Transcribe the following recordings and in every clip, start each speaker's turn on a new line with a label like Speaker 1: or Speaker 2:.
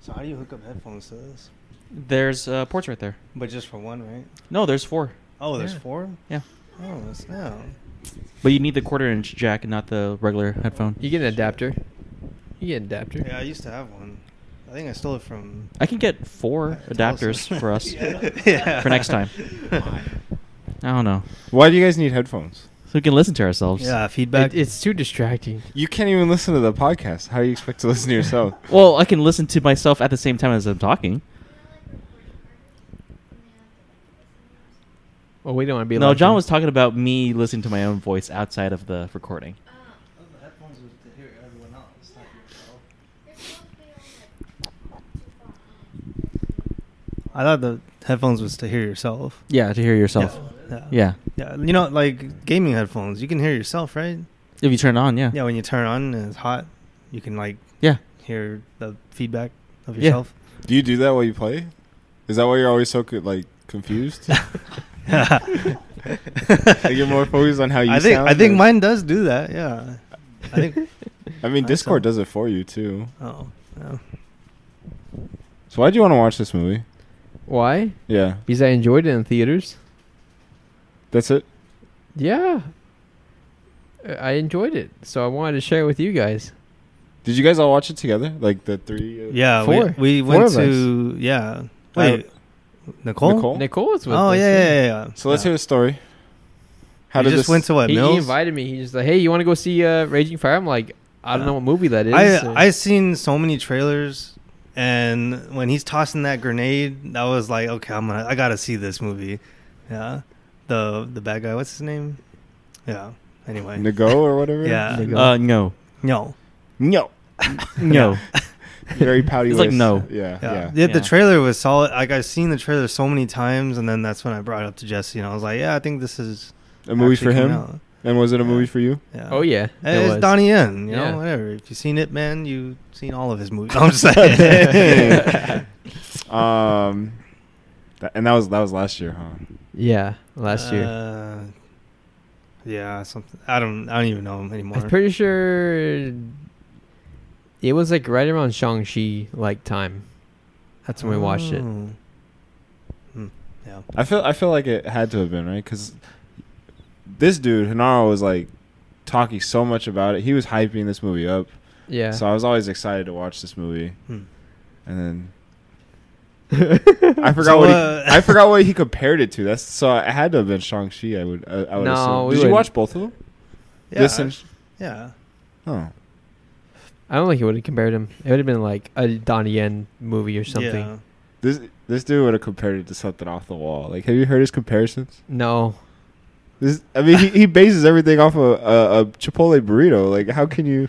Speaker 1: So how do you hook up headphones to this?
Speaker 2: There's uh, ports right there.
Speaker 1: But just for one, right?
Speaker 2: No, there's four.
Speaker 1: Oh, there's
Speaker 2: Yeah.
Speaker 1: four.
Speaker 2: Yeah.
Speaker 1: Oh, that's no.
Speaker 2: But you need the quarter inch jack and not the regular headphone.
Speaker 3: You get an adapter. You get an adapter.
Speaker 1: Yeah, I used to have one. I think I stole it from.
Speaker 2: I can get four
Speaker 1: That's
Speaker 2: adapters
Speaker 1: awesome.
Speaker 2: for us
Speaker 1: Yeah. Yeah.
Speaker 2: for next time. I don't know.
Speaker 4: Why do you guys need headphones?
Speaker 2: So we can listen to ourselves.
Speaker 1: Yeah, feedback.
Speaker 3: It, it's too distracting.
Speaker 4: You can't even listen to the podcast. How do you expect to listen to yourself?
Speaker 2: Well, I can listen to myself at the same time as I'm talking.
Speaker 3: Well, Oh, we don't want to be.
Speaker 2: No,
Speaker 3: loud
Speaker 2: John
Speaker 3: then.
Speaker 2: was talking about me listening to my own voice outside of the recording.
Speaker 1: headphones was to hear everyone else, not yourself. I thought the headphones was to hear yourself.
Speaker 2: Yeah, to hear yourself.
Speaker 1: Yeah.
Speaker 2: Yeah.
Speaker 1: Yeah, you know, like gaming headphones, you can hear yourself, right?
Speaker 2: If you turn it on, yeah.
Speaker 1: Yeah, when you turn on and it's hot, you can like
Speaker 2: Yeah.
Speaker 1: hear the feedback of
Speaker 2: Yeah.
Speaker 1: yourself.
Speaker 4: do you do that while you play? Is that why you're always so co- like confused? like you're more focused on how you
Speaker 1: I think
Speaker 4: sound
Speaker 1: I think
Speaker 4: than-
Speaker 1: mine does do that. Yeah, I think.
Speaker 4: I mean,
Speaker 1: I
Speaker 4: Discord
Speaker 1: saw-
Speaker 4: does it for you too.
Speaker 1: oh, yeah.
Speaker 4: So why do you want to watch this movie?
Speaker 3: Why?
Speaker 4: Yeah,
Speaker 3: Because I enjoyed it in theaters.
Speaker 4: that's it.
Speaker 3: Yeah. I- I enjoyed it, so I wanted to share it with you guys.
Speaker 4: Did you guys all watch it together? Like the three? uh,
Speaker 1: yeah.
Speaker 3: Four.
Speaker 1: We, we
Speaker 3: Four
Speaker 1: went
Speaker 3: of us.
Speaker 1: to yeah. Wait, Nicole.
Speaker 4: Nicole?
Speaker 3: Nicole was with
Speaker 1: Oh
Speaker 3: us.
Speaker 1: yeah, yeah, yeah, yeah.
Speaker 4: So let's
Speaker 1: yeah.
Speaker 4: hear the story. How
Speaker 1: You
Speaker 4: did
Speaker 1: just
Speaker 4: this?
Speaker 1: went to what
Speaker 3: He,
Speaker 1: Mills?
Speaker 3: he invited me. He's just like, "Hey, you want to go see uh, Raging Fire?" I'm like, "I don't
Speaker 1: Yeah.
Speaker 3: know what movie that is." so-
Speaker 1: Uh, I I seen so many trailers, and when he's tossing that grenade, I was like, okay, I'm gonna, I gotta see this movie. Yeah, the the bad guy, what's his name? Yeah. Anyway,
Speaker 4: Nago or whatever.
Speaker 1: Yeah.
Speaker 3: There you go.
Speaker 2: Uh, no.
Speaker 1: no.
Speaker 4: No.
Speaker 2: No.
Speaker 4: Very pouty.
Speaker 2: It's like,
Speaker 4: lips.
Speaker 2: no.
Speaker 4: Yeah.
Speaker 1: Yeah.
Speaker 4: Yeah.
Speaker 1: The, the
Speaker 2: Yeah.
Speaker 1: trailer was solid. Like I've seen the trailer so many times, and then that's when I brought it up to Jesse, and I was like, yeah, I think this is
Speaker 4: A movie
Speaker 1: actually
Speaker 4: for
Speaker 1: coming
Speaker 4: him.
Speaker 1: out.
Speaker 4: And was it a
Speaker 1: Yeah.
Speaker 4: movie for you?
Speaker 1: Yeah.
Speaker 3: oh yeah,
Speaker 1: And
Speaker 3: it
Speaker 1: it's
Speaker 3: was.
Speaker 1: Donnie Yen, you know,
Speaker 3: Yeah.
Speaker 1: whatever. If you've seen it, man, you've seen all of his movies. I'm just saying.
Speaker 4: Um, tha- and that was that was last year, huh?
Speaker 3: Yeah, last year.
Speaker 1: Uh, yeah, something. I don't. I don't even know him anymore.
Speaker 3: I'm pretty sure it was like right around Shang Chi like time. That's when we watched it.
Speaker 1: Oh. Hmm, yeah.
Speaker 4: I feel I feel like it had to have been right because this dude Hinaro was like talking so much about it. He was hyping this movie up,
Speaker 3: Yeah.
Speaker 4: so I was always excited to watch this movie.
Speaker 1: Hmm.
Speaker 4: And then I forgot
Speaker 1: So,
Speaker 4: what he,
Speaker 1: uh,
Speaker 4: I forgot what he compared it to. That's so it had to have been Shang Chi. I would I, I
Speaker 3: No, we
Speaker 4: would assume. Did you
Speaker 3: wouldn't.
Speaker 4: watch both of them?
Speaker 1: Yeah.
Speaker 4: This and
Speaker 1: yeah.
Speaker 4: oh,
Speaker 3: I don't think he would have compared him. It would have been like a Donnie Yen movie or something.
Speaker 1: Yeah.
Speaker 4: this this dude would have compared it to something off the wall. Like, have you heard his comparisons?
Speaker 3: No.
Speaker 4: This, I mean, he, he bases everything off of a, a Chipotle burrito. Like, how can you?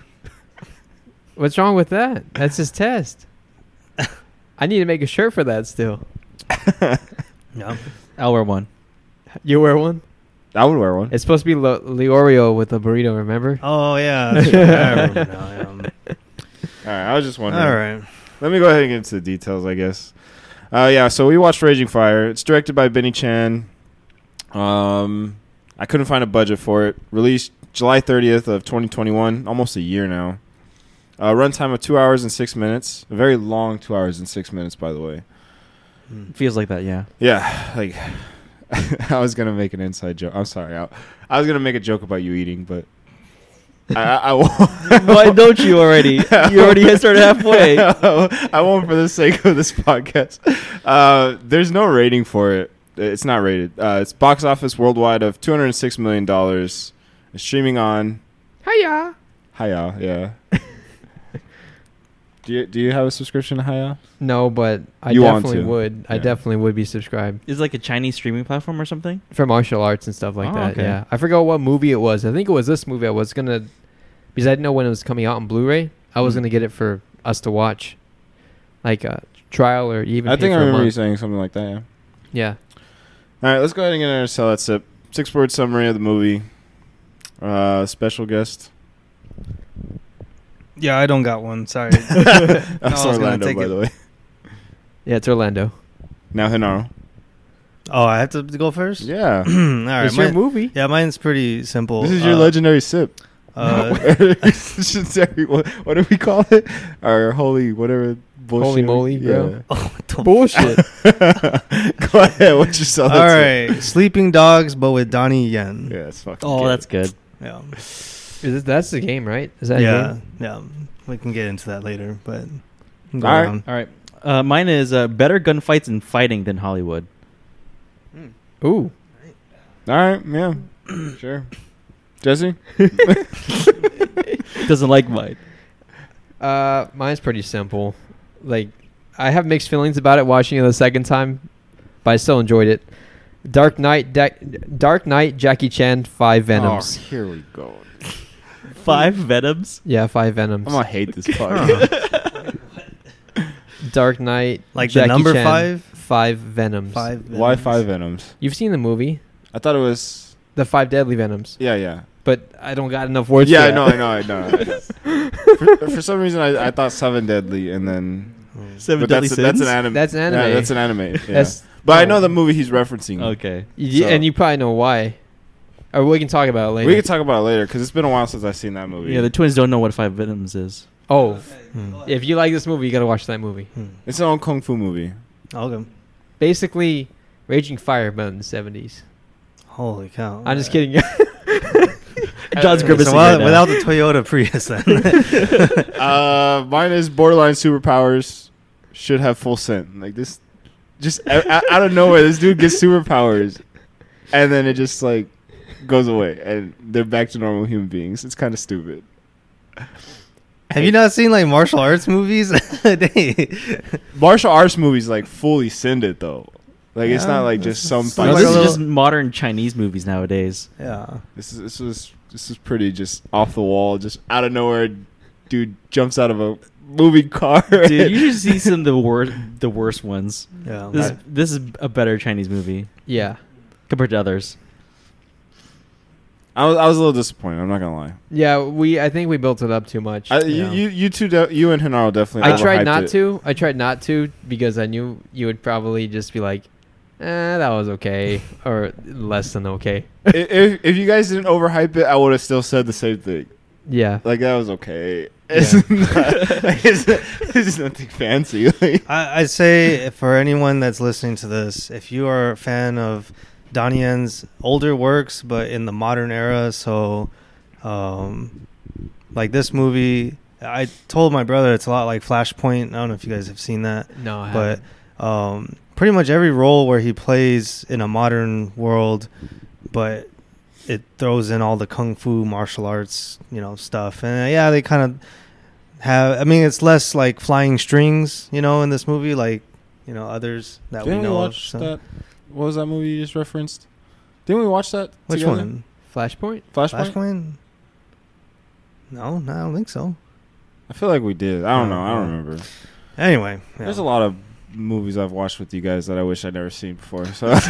Speaker 3: What's wrong with that? That's his test. I need to make a shirt for that still.
Speaker 1: Yeah.
Speaker 2: I'll wear one.
Speaker 3: You wear one?
Speaker 4: I would wear one.
Speaker 3: It's supposed to be Lo- Leorio with a burrito, remember?
Speaker 1: Oh yeah. that's right. I remember now, yeah.
Speaker 4: All right, I was just
Speaker 1: All
Speaker 4: wondering.
Speaker 1: right.
Speaker 4: Let me go ahead and get into the details, I guess. Uh, yeah, so we watched Raging Fire. It's directed by Benny Chan. Um, I couldn't find a budget for it. Released July 30th of 2021, almost a year now. Uh, runtime of two hours and six minutes. A very long two hours and six minutes, by the way.
Speaker 1: Hmm.
Speaker 2: Feels like that, yeah.
Speaker 4: Yeah, like I was gonna make an inside joke. I'm sorry. I, I was gonna make a joke about you eating, but I, I, I won't.
Speaker 2: Why don't you already? You already had started halfway.
Speaker 4: I won't for the sake of this podcast. Uh, there's no rating for it. It's not rated. Uh, it's box office worldwide of 206 million dollars. Streaming on
Speaker 3: Hiya!
Speaker 4: Hiya. Yeah. do you do you have a subscription to Hiya?
Speaker 3: No, but I
Speaker 4: You want
Speaker 3: definitely
Speaker 4: to.
Speaker 3: would. I
Speaker 4: Yeah.
Speaker 3: definitely would be subscribed
Speaker 2: Is it like a Chinese streaming platform or something?
Speaker 3: for martial arts and stuff like
Speaker 2: Oh,
Speaker 3: that.
Speaker 2: okay.
Speaker 3: Yeah, I forgot what movie it was. I think it was this movie. I was gonna because I didn't know when it was coming out on Blu-ray. I was
Speaker 4: Mm.
Speaker 3: gonna get it for us to watch, like a trial or even.
Speaker 4: I
Speaker 3: pay
Speaker 4: think I
Speaker 3: for a
Speaker 4: remember you
Speaker 3: month.
Speaker 4: saying something like that. Yeah.
Speaker 3: Yeah,
Speaker 4: All right, let's go ahead and get another sell that sip. Six word summary of the movie. Uh, special guest.
Speaker 1: Yeah, I don't got one. Sorry.
Speaker 4: That's
Speaker 1: I was gonna
Speaker 4: Orlando,
Speaker 1: take
Speaker 4: by
Speaker 1: it.
Speaker 4: the way.
Speaker 3: yeah, it's Orlando.
Speaker 4: Now Hinaro.
Speaker 1: oh, I have to go first.
Speaker 4: Yeah.
Speaker 1: All right.
Speaker 3: it's your
Speaker 1: mine-
Speaker 3: movie.
Speaker 1: yeah, mine's pretty simple.
Speaker 4: this is your
Speaker 1: Uh,
Speaker 4: legendary sip.
Speaker 1: uh,
Speaker 4: Legendary- what, what do we call it? Our holy whatever
Speaker 3: Holy moly, bro.
Speaker 1: Oh, what the
Speaker 3: Bullshit.
Speaker 4: Go ahead. What you saw?
Speaker 1: All right, Sleeping Dogs, but with Donnie Yen.
Speaker 4: Yeah, it's fucking.
Speaker 2: Oh,
Speaker 4: good.
Speaker 2: that's good.
Speaker 1: Yeah,
Speaker 3: Is it, that's the game, right? Is that a
Speaker 1: yeah,
Speaker 3: game?
Speaker 1: yeah. We can get into that later, but all
Speaker 4: All right.
Speaker 2: All right. Uh, mine is uh, better gunfights and fighting than Hollywood.
Speaker 3: Ooh.
Speaker 4: all right. Yeah, sure. Jesse,
Speaker 2: Doesn't like mine.
Speaker 3: Uh, mine's pretty simple. Like, I have mixed feelings about it watching it the second time, but I still enjoyed it. Dark Knight, Da- Dark Knight, Jackie Chan, five Venoms.
Speaker 4: Oh, here we go.
Speaker 2: Five Venoms.
Speaker 3: Yeah, five Venoms.
Speaker 4: I'm gonna hate this podcast.
Speaker 3: Dark Knight,
Speaker 1: Like the number five?
Speaker 3: five Venoms.
Speaker 1: Five.
Speaker 4: Why
Speaker 1: Venoms.
Speaker 4: five venoms?
Speaker 3: You've seen the movie,
Speaker 4: I thought it was.
Speaker 3: the five deadly Venoms,
Speaker 4: Yeah, yeah.
Speaker 3: but I don't got enough words.
Speaker 4: yeah,
Speaker 3: for
Speaker 4: I know,
Speaker 3: that.
Speaker 4: I know, I know. I know. for, for some reason, I, I thought Seven Deadly, and then
Speaker 2: Seven
Speaker 4: but
Speaker 2: Deadly
Speaker 4: that's, a, that's an
Speaker 2: Sins?
Speaker 4: anime.
Speaker 3: That's an anime.
Speaker 4: Yeah, that's an anime. Yeah.
Speaker 3: That's-
Speaker 4: but I know the movie he's referencing.
Speaker 2: Oh, Okay.
Speaker 3: Y-
Speaker 4: So-
Speaker 3: And you probably know why, or we can talk about it later.
Speaker 4: We can talk about it later because it's been a while since I've seen that movie.
Speaker 2: Yeah, the twins don't know what Five Venoms is.
Speaker 3: oh, f-
Speaker 1: Hmm.
Speaker 3: if you like this movie, you gotta watch that movie.
Speaker 1: Hmm.
Speaker 4: it's an old kung fu movie.
Speaker 1: Okay.
Speaker 3: Basically, Raging Fire, but in the seventies.
Speaker 1: Holy cow!
Speaker 3: I'm just kidding.
Speaker 2: John's
Speaker 1: Okay,
Speaker 2: grimacing
Speaker 1: so while-
Speaker 2: right now.
Speaker 1: without the Toyota Prius, then.
Speaker 4: uh, mine is borderline superpowers should have full scent. Like this, just out, out of nowhere, this dude gets superpowers, and then it just like goes away, and they're back to normal human beings. It's kind of stupid.
Speaker 1: have you not seen like martial arts movies? They-
Speaker 4: Martial arts movies like fully send it though. Like it's
Speaker 1: Yeah,
Speaker 4: not like
Speaker 1: this
Speaker 4: just
Speaker 1: is-
Speaker 4: some.
Speaker 1: this is
Speaker 4: fight
Speaker 2: No,
Speaker 1: like
Speaker 2: this
Speaker 1: a
Speaker 2: is
Speaker 1: little-
Speaker 2: just modern Chinese movies nowadays.
Speaker 1: yeah.
Speaker 4: This is this was this is pretty just off the wall, just out of nowhere. Dude jumps out of a moving car.
Speaker 2: Dude, you should see some of the worst, the worst ones.
Speaker 1: Yeah.
Speaker 2: This,
Speaker 1: Right.
Speaker 2: this is a better Chinese movie
Speaker 3: yeah,
Speaker 2: compared to others.
Speaker 4: I was I was a little disappointed. I'm not gonna lie.
Speaker 3: yeah. We I think we built it up too much.
Speaker 4: I,
Speaker 3: I,
Speaker 1: Yeah.
Speaker 4: you, you you two de- you and Hinaro definitely. overhyped
Speaker 3: tried not
Speaker 4: it.
Speaker 3: to. I tried not to because I knew you would probably just be like, eh, that was okay or less than okay.
Speaker 4: I- if if you guys didn't overhype it, I would have still said the same thing.
Speaker 3: Yeah.
Speaker 4: Like that was okay.
Speaker 3: Yeah.
Speaker 4: It's, not, like, it's, it's nothing fancy. Like,
Speaker 1: I, I'd say for anyone that's listening to this, if you are a fan of Donnie Yen's older works, but in the modern era, so um, like this movie, I told my brother it's a lot like Flashpoint. I don't know if you guys have seen that,
Speaker 3: No, I
Speaker 1: but
Speaker 3: haven't.
Speaker 1: um, pretty much every role where he plays in a modern world, but it throws in all the kung fu martial arts, you know, stuff. And uh, yeah, they kind of have. I mean, it's less like flying strings, you know, in this movie, like you know others that we know of. so-
Speaker 4: What was that movie you just referenced? Didn't we watch that?
Speaker 1: Which one?
Speaker 3: Flashpoint.
Speaker 4: Flashpoint.
Speaker 1: Flashpoint. No, no, I don't think so.
Speaker 4: I feel like we did. I don't
Speaker 1: Oh,
Speaker 4: know. I don't
Speaker 1: yeah.
Speaker 4: remember.
Speaker 1: Anyway, yeah.
Speaker 4: There's a lot of movies I've watched with you guys that I wish I'd never seen before. So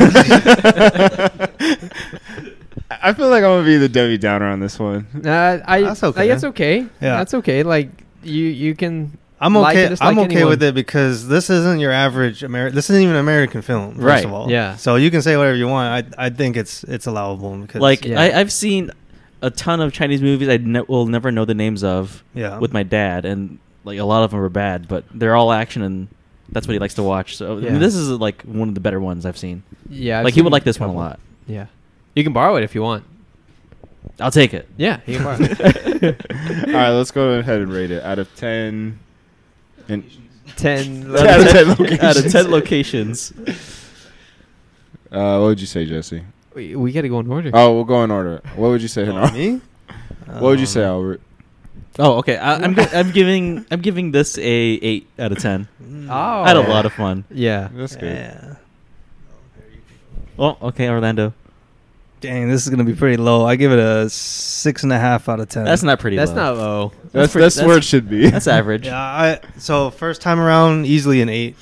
Speaker 4: I feel like I'm gonna be the Debbie Downer on this one.
Speaker 3: Nah, I
Speaker 1: That's okay.
Speaker 3: Like, that's okay.
Speaker 1: Yeah.
Speaker 3: that's okay. Like you, you can.
Speaker 1: I'm
Speaker 3: like
Speaker 1: okay.
Speaker 3: it, just
Speaker 1: I'm
Speaker 3: like
Speaker 1: okay
Speaker 3: anyone.
Speaker 1: with it because this isn't your average American. This isn't even an American film, first
Speaker 2: Right,
Speaker 1: of all.
Speaker 3: yeah.
Speaker 1: So you can say whatever you want. I I think it's it's allowable because
Speaker 2: Like
Speaker 3: Yeah.
Speaker 2: I, I've seen a ton of Chinese movies I ne- will never know the names of
Speaker 1: yeah
Speaker 2: with my dad, and like a lot of them are bad, but they're all action, and that's what he likes to watch. So I mean,
Speaker 3: Yeah.
Speaker 2: this is like one of the better ones I've seen.
Speaker 3: Yeah, I've
Speaker 2: like he would
Speaker 3: seen
Speaker 2: like this one a
Speaker 3: couple.
Speaker 2: lot.
Speaker 3: Yeah, you can borrow it if you want.
Speaker 2: I'll take it.
Speaker 3: Yeah, you can borrow.
Speaker 4: All
Speaker 3: it.
Speaker 4: right, let's go ahead and rate it out of ten. And
Speaker 3: Ten.
Speaker 4: Out of ten locations.
Speaker 2: Out of ten locations.
Speaker 4: uh, what would you say, Jesse?
Speaker 3: We, we gotta go in order.
Speaker 4: Oh, we'll go in order. What would you say,
Speaker 1: Oh,
Speaker 4: Hinaro?
Speaker 1: me.
Speaker 4: What would you say,
Speaker 1: Um,
Speaker 4: Albert?
Speaker 2: Oh, okay. I, I'm gi- I'm giving I'm giving this a eight out of ten.
Speaker 1: mm,
Speaker 3: Oh.
Speaker 2: I had a lot of fun.
Speaker 3: Yeah.
Speaker 4: That's good.
Speaker 1: Yeah.
Speaker 2: Oh, okay, Orlando.
Speaker 1: Dang, this is gonna be pretty low. I give it a six and a half out of ten.
Speaker 2: That's not pretty.
Speaker 3: That's
Speaker 2: low.
Speaker 3: not low.
Speaker 4: That's that's,
Speaker 2: pretty-
Speaker 4: where it should be.
Speaker 2: That's average.
Speaker 1: Yeah. I so first time around easily an eight.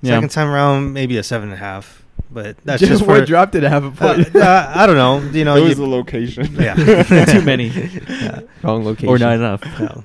Speaker 2: Yeah.
Speaker 1: Second time around maybe a seven and a half. But that's
Speaker 3: Just
Speaker 1: just
Speaker 3: where
Speaker 1: for
Speaker 3: it dropped it. I have a
Speaker 1: uh,
Speaker 3: point.
Speaker 1: uh, I don't know. You know.
Speaker 4: it was
Speaker 1: you-
Speaker 4: the location.
Speaker 1: yeah.
Speaker 2: Too many.
Speaker 1: Yeah.
Speaker 3: Wrong location.
Speaker 2: Or not enough.
Speaker 1: No.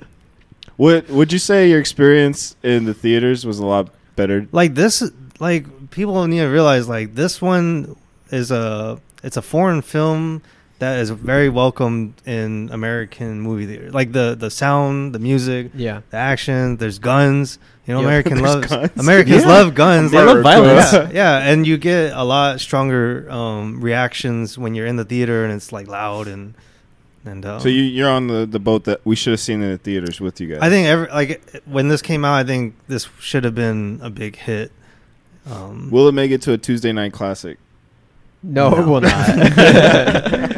Speaker 4: Would Would you say your experience in the theaters was a lot better?
Speaker 1: like this like people need to realize like this one is a it's a foreign film that is very welcomed in American movie theater. Like the the sound, the music,
Speaker 3: Yeah.
Speaker 1: the action. There's guns. You know,
Speaker 3: Yeah,
Speaker 1: American
Speaker 4: there's
Speaker 1: loves
Speaker 4: guns.
Speaker 1: Americans
Speaker 4: Yeah.
Speaker 1: love guns.
Speaker 2: They love
Speaker 1: Like,
Speaker 2: violence.
Speaker 1: Yeah, yeah, and you get a lot stronger um, reactions when you're in the theater and it's like loud and and. Um,
Speaker 4: So you you're on the, the boat that we should have seen in the theaters with you guys.
Speaker 1: I think every like when this came out, I think this should have been a big hit. Um,
Speaker 4: Will it make it to a Tuesday night classic?
Speaker 3: No, it
Speaker 1: No.
Speaker 3: will not.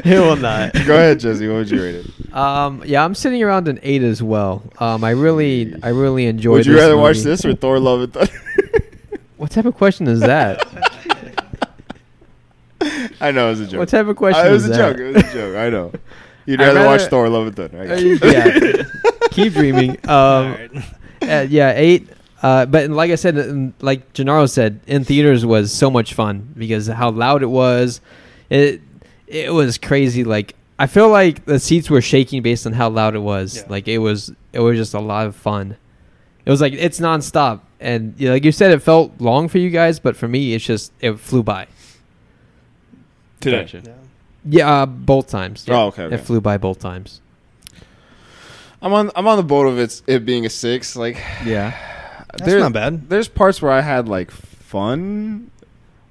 Speaker 3: it will not.
Speaker 4: Go ahead, Jesse. What would you rate it?
Speaker 3: Um, yeah, I'm sitting around an eight as well. Um, I really, I really enjoyed.
Speaker 4: would you rather watch
Speaker 3: movie.
Speaker 4: this or Thor: Love and Thunder?
Speaker 3: What type of question is that?
Speaker 4: I know it was a joke.
Speaker 3: what type of question?
Speaker 4: Uh, it was
Speaker 3: is
Speaker 4: a
Speaker 3: that?
Speaker 4: joke. It was a joke. I know. You'd
Speaker 3: I'd
Speaker 4: rather, watch
Speaker 3: rather-
Speaker 4: Thor: Love and Thunder. I
Speaker 3: Uh,
Speaker 4: got you.
Speaker 3: yeah. Keep dreaming. Um,
Speaker 1: Alright.
Speaker 3: uh, yeah, eight. Uh, but like I said, in- like Gennaro said, in theaters was so much fun because how loud it was. It it was crazy. Like I feel like the seats were shaking based on how loud it was.
Speaker 1: Yeah.
Speaker 3: Like it was it was just a lot of fun. It was like it's nonstop, and you know, like you said, it felt long for you guys, but for me, it's just it flew by.
Speaker 4: Today.
Speaker 2: Gotcha.
Speaker 1: Yeah.
Speaker 3: Yeah, uh, both times.
Speaker 4: Oh, okay, okay.
Speaker 3: It flew by both times.
Speaker 4: I'm on. I'm on the boat of it's it being a six. Like
Speaker 3: Yeah.
Speaker 1: That's
Speaker 4: there-
Speaker 1: not bad.
Speaker 4: There's parts where I had like fun,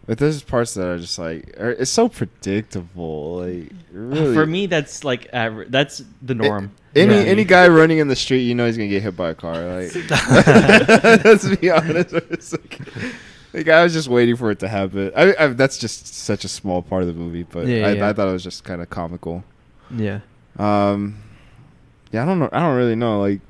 Speaker 4: but there's parts that are just like are, it's so predictable. Like really,
Speaker 2: For me, that's like average. That's the
Speaker 4: A-
Speaker 2: norm.
Speaker 4: any
Speaker 2: Yeah.
Speaker 4: any guy running in the street, you know he's gonna get hit by a car. Like let's be honest, it's like, like I was just waiting for it to happen. I, I that's just such a small part of the movie, but
Speaker 3: Yeah,
Speaker 4: I,
Speaker 3: yeah.
Speaker 4: I thought it was just kind of comical.
Speaker 3: Yeah.
Speaker 4: Um, yeah, I don't know. I don't really know. Like,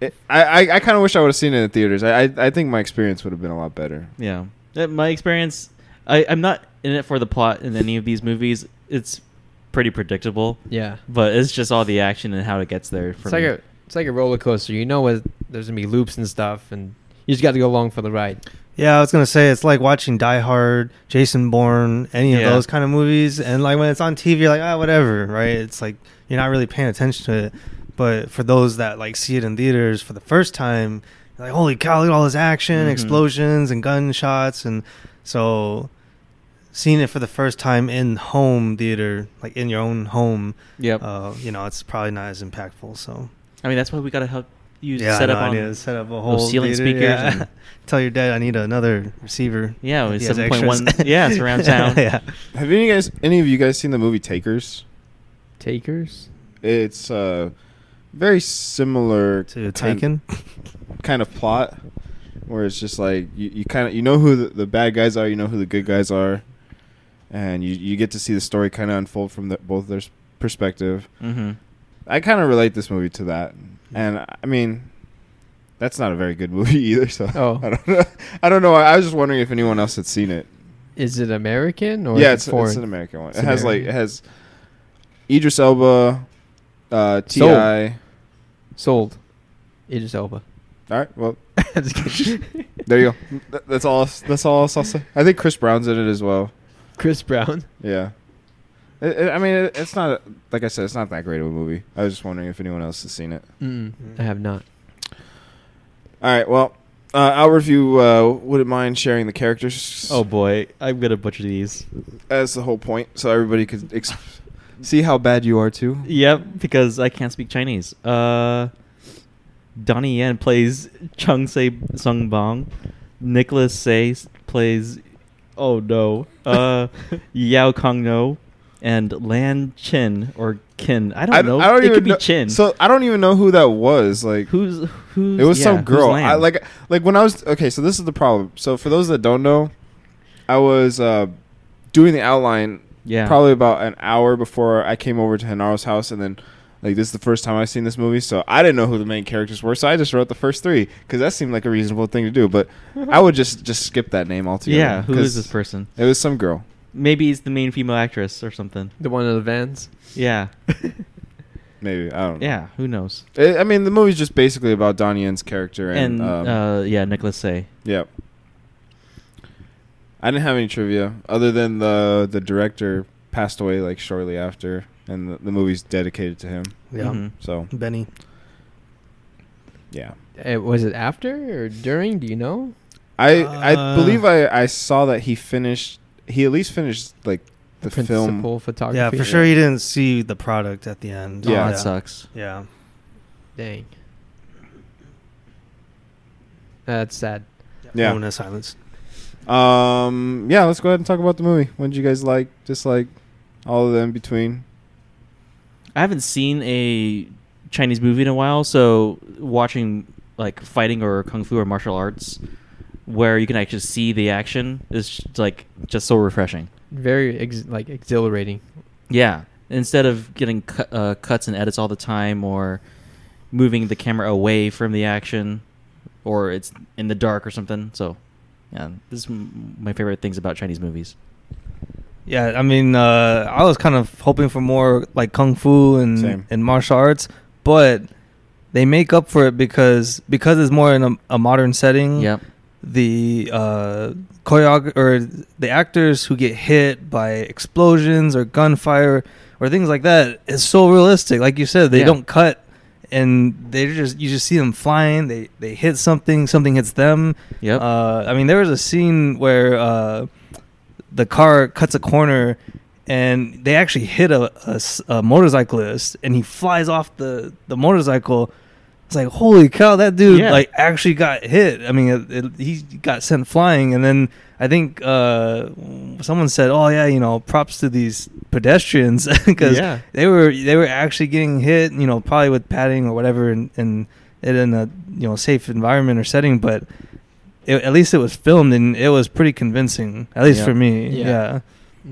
Speaker 4: it, I I, I kind of wish I would have seen it in theaters. I I, I think my experience would have been a lot better.
Speaker 2: Yeah. Uh, My experience, I, I'm not in it for the plot in any of these movies. It's pretty predictable,
Speaker 3: Yeah.
Speaker 2: but it's just all the action and how it gets there. For
Speaker 3: It's like
Speaker 2: me.
Speaker 3: a it's like a roller coaster. You know what? There's gonna be loops and stuff, and you just got to go along for the ride.
Speaker 1: Yeah, I was gonna say it's like watching Die Hard, Jason Bourne, any
Speaker 2: Yeah.
Speaker 1: of those kind of movies, and like when it's on TV, you're like ah, whatever, right? It's like you're not really paying attention to it. But for those that like see it in theaters for the first time, you're like holy cow, look at all this action,
Speaker 2: Mhm.
Speaker 1: explosions, and gunshots, and so seeing it for the first time in home theater, like in your own home,
Speaker 2: Yep.
Speaker 1: uh, you know, it's probably not as impactful. So
Speaker 2: I mean, that's why we gotta help you
Speaker 1: yeah,
Speaker 2: set
Speaker 1: I
Speaker 2: up
Speaker 1: know, I
Speaker 2: on.
Speaker 1: need to set up a whole
Speaker 2: ceiling
Speaker 1: theater,
Speaker 2: speakers
Speaker 1: yeah.
Speaker 2: and-
Speaker 1: Tell your dad I need another receiver.
Speaker 2: Yeah,
Speaker 1: if
Speaker 2: with
Speaker 1: he has
Speaker 2: seven point one.
Speaker 1: extras.
Speaker 2: Yeah, surround sound.
Speaker 1: yeah,
Speaker 4: Have any guys any of you guys seen the movie Takers?
Speaker 3: Takers.
Speaker 4: It's uh very similar
Speaker 1: to
Speaker 4: kind-
Speaker 1: Taken.
Speaker 4: kind of plot where it's just like you, you kind of you know who the, the bad guys are, you know who the good guys are, and you you get to see the story kind of unfold from the, both their s- perspective.
Speaker 2: Mm-hmm.
Speaker 4: I kind of relate this movie to that, and I mean, that's not a very good movie either. So
Speaker 3: Oh.
Speaker 4: I don't know. I don't know. I was just wondering if anyone else had seen it.
Speaker 3: Is it American or
Speaker 4: yeah,
Speaker 3: is
Speaker 4: it's,
Speaker 3: it foreign?
Speaker 4: it's an American one.
Speaker 3: It's
Speaker 4: it has like
Speaker 3: American.
Speaker 4: it has Idris Elba, uh, Ti.
Speaker 3: Soul.
Speaker 4: All
Speaker 3: Sold. Idris Elba.
Speaker 4: right, well,
Speaker 3: Just kidding.
Speaker 4: there you go. Th- That's all. That's all else I'll say. I think Chris Brown's in it as well.
Speaker 3: Chris Brown.
Speaker 4: Yeah. It, it- I mean, it, it's not like I said. It's not that great of a movie. I was just wondering if anyone else has seen it.
Speaker 3: Mm-mm, I have not.
Speaker 4: All right. Well, uh, Albert, if you uh, wouldn't mind sharing the characters.
Speaker 2: Oh boy, I'm gonna butcher these.
Speaker 4: That's the whole point, so everybody could ex- see how bad you are too.
Speaker 2: Yep, because I can't speak Chinese. Uh, Donnie Yen plays Chung Se Sung Bong. Nicholas Se plays, oh no, uh, Yao Kong No, and Lan Chin or Kin. I don't know. it could be
Speaker 4: know.
Speaker 2: Chin.
Speaker 4: So I don't even know who that was. Like
Speaker 2: who's who's?
Speaker 4: it was
Speaker 2: Mm, yeah,
Speaker 4: some
Speaker 2: who's
Speaker 4: girl.
Speaker 2: Lan?
Speaker 4: I like like when I was okay. So this is the problem. So for those that don't know, I was uh, doing the outline
Speaker 2: yeah,
Speaker 4: probably about an hour before I came over to Hinaro's house, and then like this is the first time I've seen this movie, so I didn't know who the main characters were, so I just wrote the first three because that seemed like a reasonable thing to do. But I would just just skip that name altogether.
Speaker 2: Yeah, who
Speaker 4: 'cause
Speaker 2: is this person?
Speaker 4: It was some girl.
Speaker 2: Maybe it's the main female actress or something.
Speaker 3: The one in the vans.
Speaker 2: Yeah,
Speaker 4: Maybe I don't. know.
Speaker 2: yeah. Who knows?
Speaker 4: I I mean, the movie's just basically about Donnie Yen's character
Speaker 2: And
Speaker 4: and, um,
Speaker 2: uh, yeah, Nicholas Say.
Speaker 4: yeah. I didn't have any trivia other than the the director passed away like shortly after, and the, the movie's dedicated to him.
Speaker 1: Yeah,
Speaker 2: Mhm.
Speaker 4: So
Speaker 1: Benny.
Speaker 4: yeah.
Speaker 3: Uh, was it after or during? Do you know?
Speaker 4: I I
Speaker 1: Uh,
Speaker 4: believe I I saw that he finished. He at least finished like the
Speaker 3: principal
Speaker 4: film.
Speaker 3: photography.
Speaker 1: Yeah, for sure you didn't see the product at the end.
Speaker 4: Yeah.
Speaker 2: Oh,
Speaker 1: yeah.
Speaker 2: that sucks.
Speaker 1: Yeah.
Speaker 3: Dang. That's sad.
Speaker 4: Yeah.
Speaker 1: Moment of silence.
Speaker 4: Um, yeah, let's go ahead and talk about the movie. What did you guys like, dislike, all of them between?
Speaker 2: I haven't seen a Chinese movie in a while, so watching like fighting or kung fu or martial arts where you can actually see the action is just, like just so refreshing.
Speaker 3: Very ex- like exhilarating.
Speaker 2: Yeah, instead of getting cu- uh, cuts and edits all the time or moving the camera away from the action or it's in the dark or something. So, yeah, this is m- my favorite things about Chinese movies.
Speaker 1: Yeah, I mean, uh, I was kind of hoping for more like kung fu and
Speaker 4: Same.
Speaker 1: and martial arts, but they make up for it because because it's more in a, a modern setting.
Speaker 2: Yep.
Speaker 1: the uh, choreog or the actors who get hit by explosions or gunfire or things like that is so realistic. Like you said, they
Speaker 2: Yeah.
Speaker 1: don't cut, and they just you just see them flying. They they hit something, something hits them.
Speaker 2: Yep.
Speaker 1: Uh, I mean, there was a scene where uh, the car cuts a corner. And they actually hit a, a s- a motorcyclist, and he flies off the, the motorcycle. It's like, holy cow, that dude
Speaker 2: Yeah.
Speaker 1: like actually got hit. I mean, it, it, he got sent flying, and then I think uh, someone said, "Oh yeah, you know, props to these pedestrians because
Speaker 2: Yeah.
Speaker 1: they were they were actually getting hit. You know, probably with padding or whatever, and and it in a you know safe environment or setting, but." It, at least it was filmed and it was pretty convincing, at least
Speaker 2: Yeah.
Speaker 1: for me.
Speaker 3: Yeah.
Speaker 1: Yeah.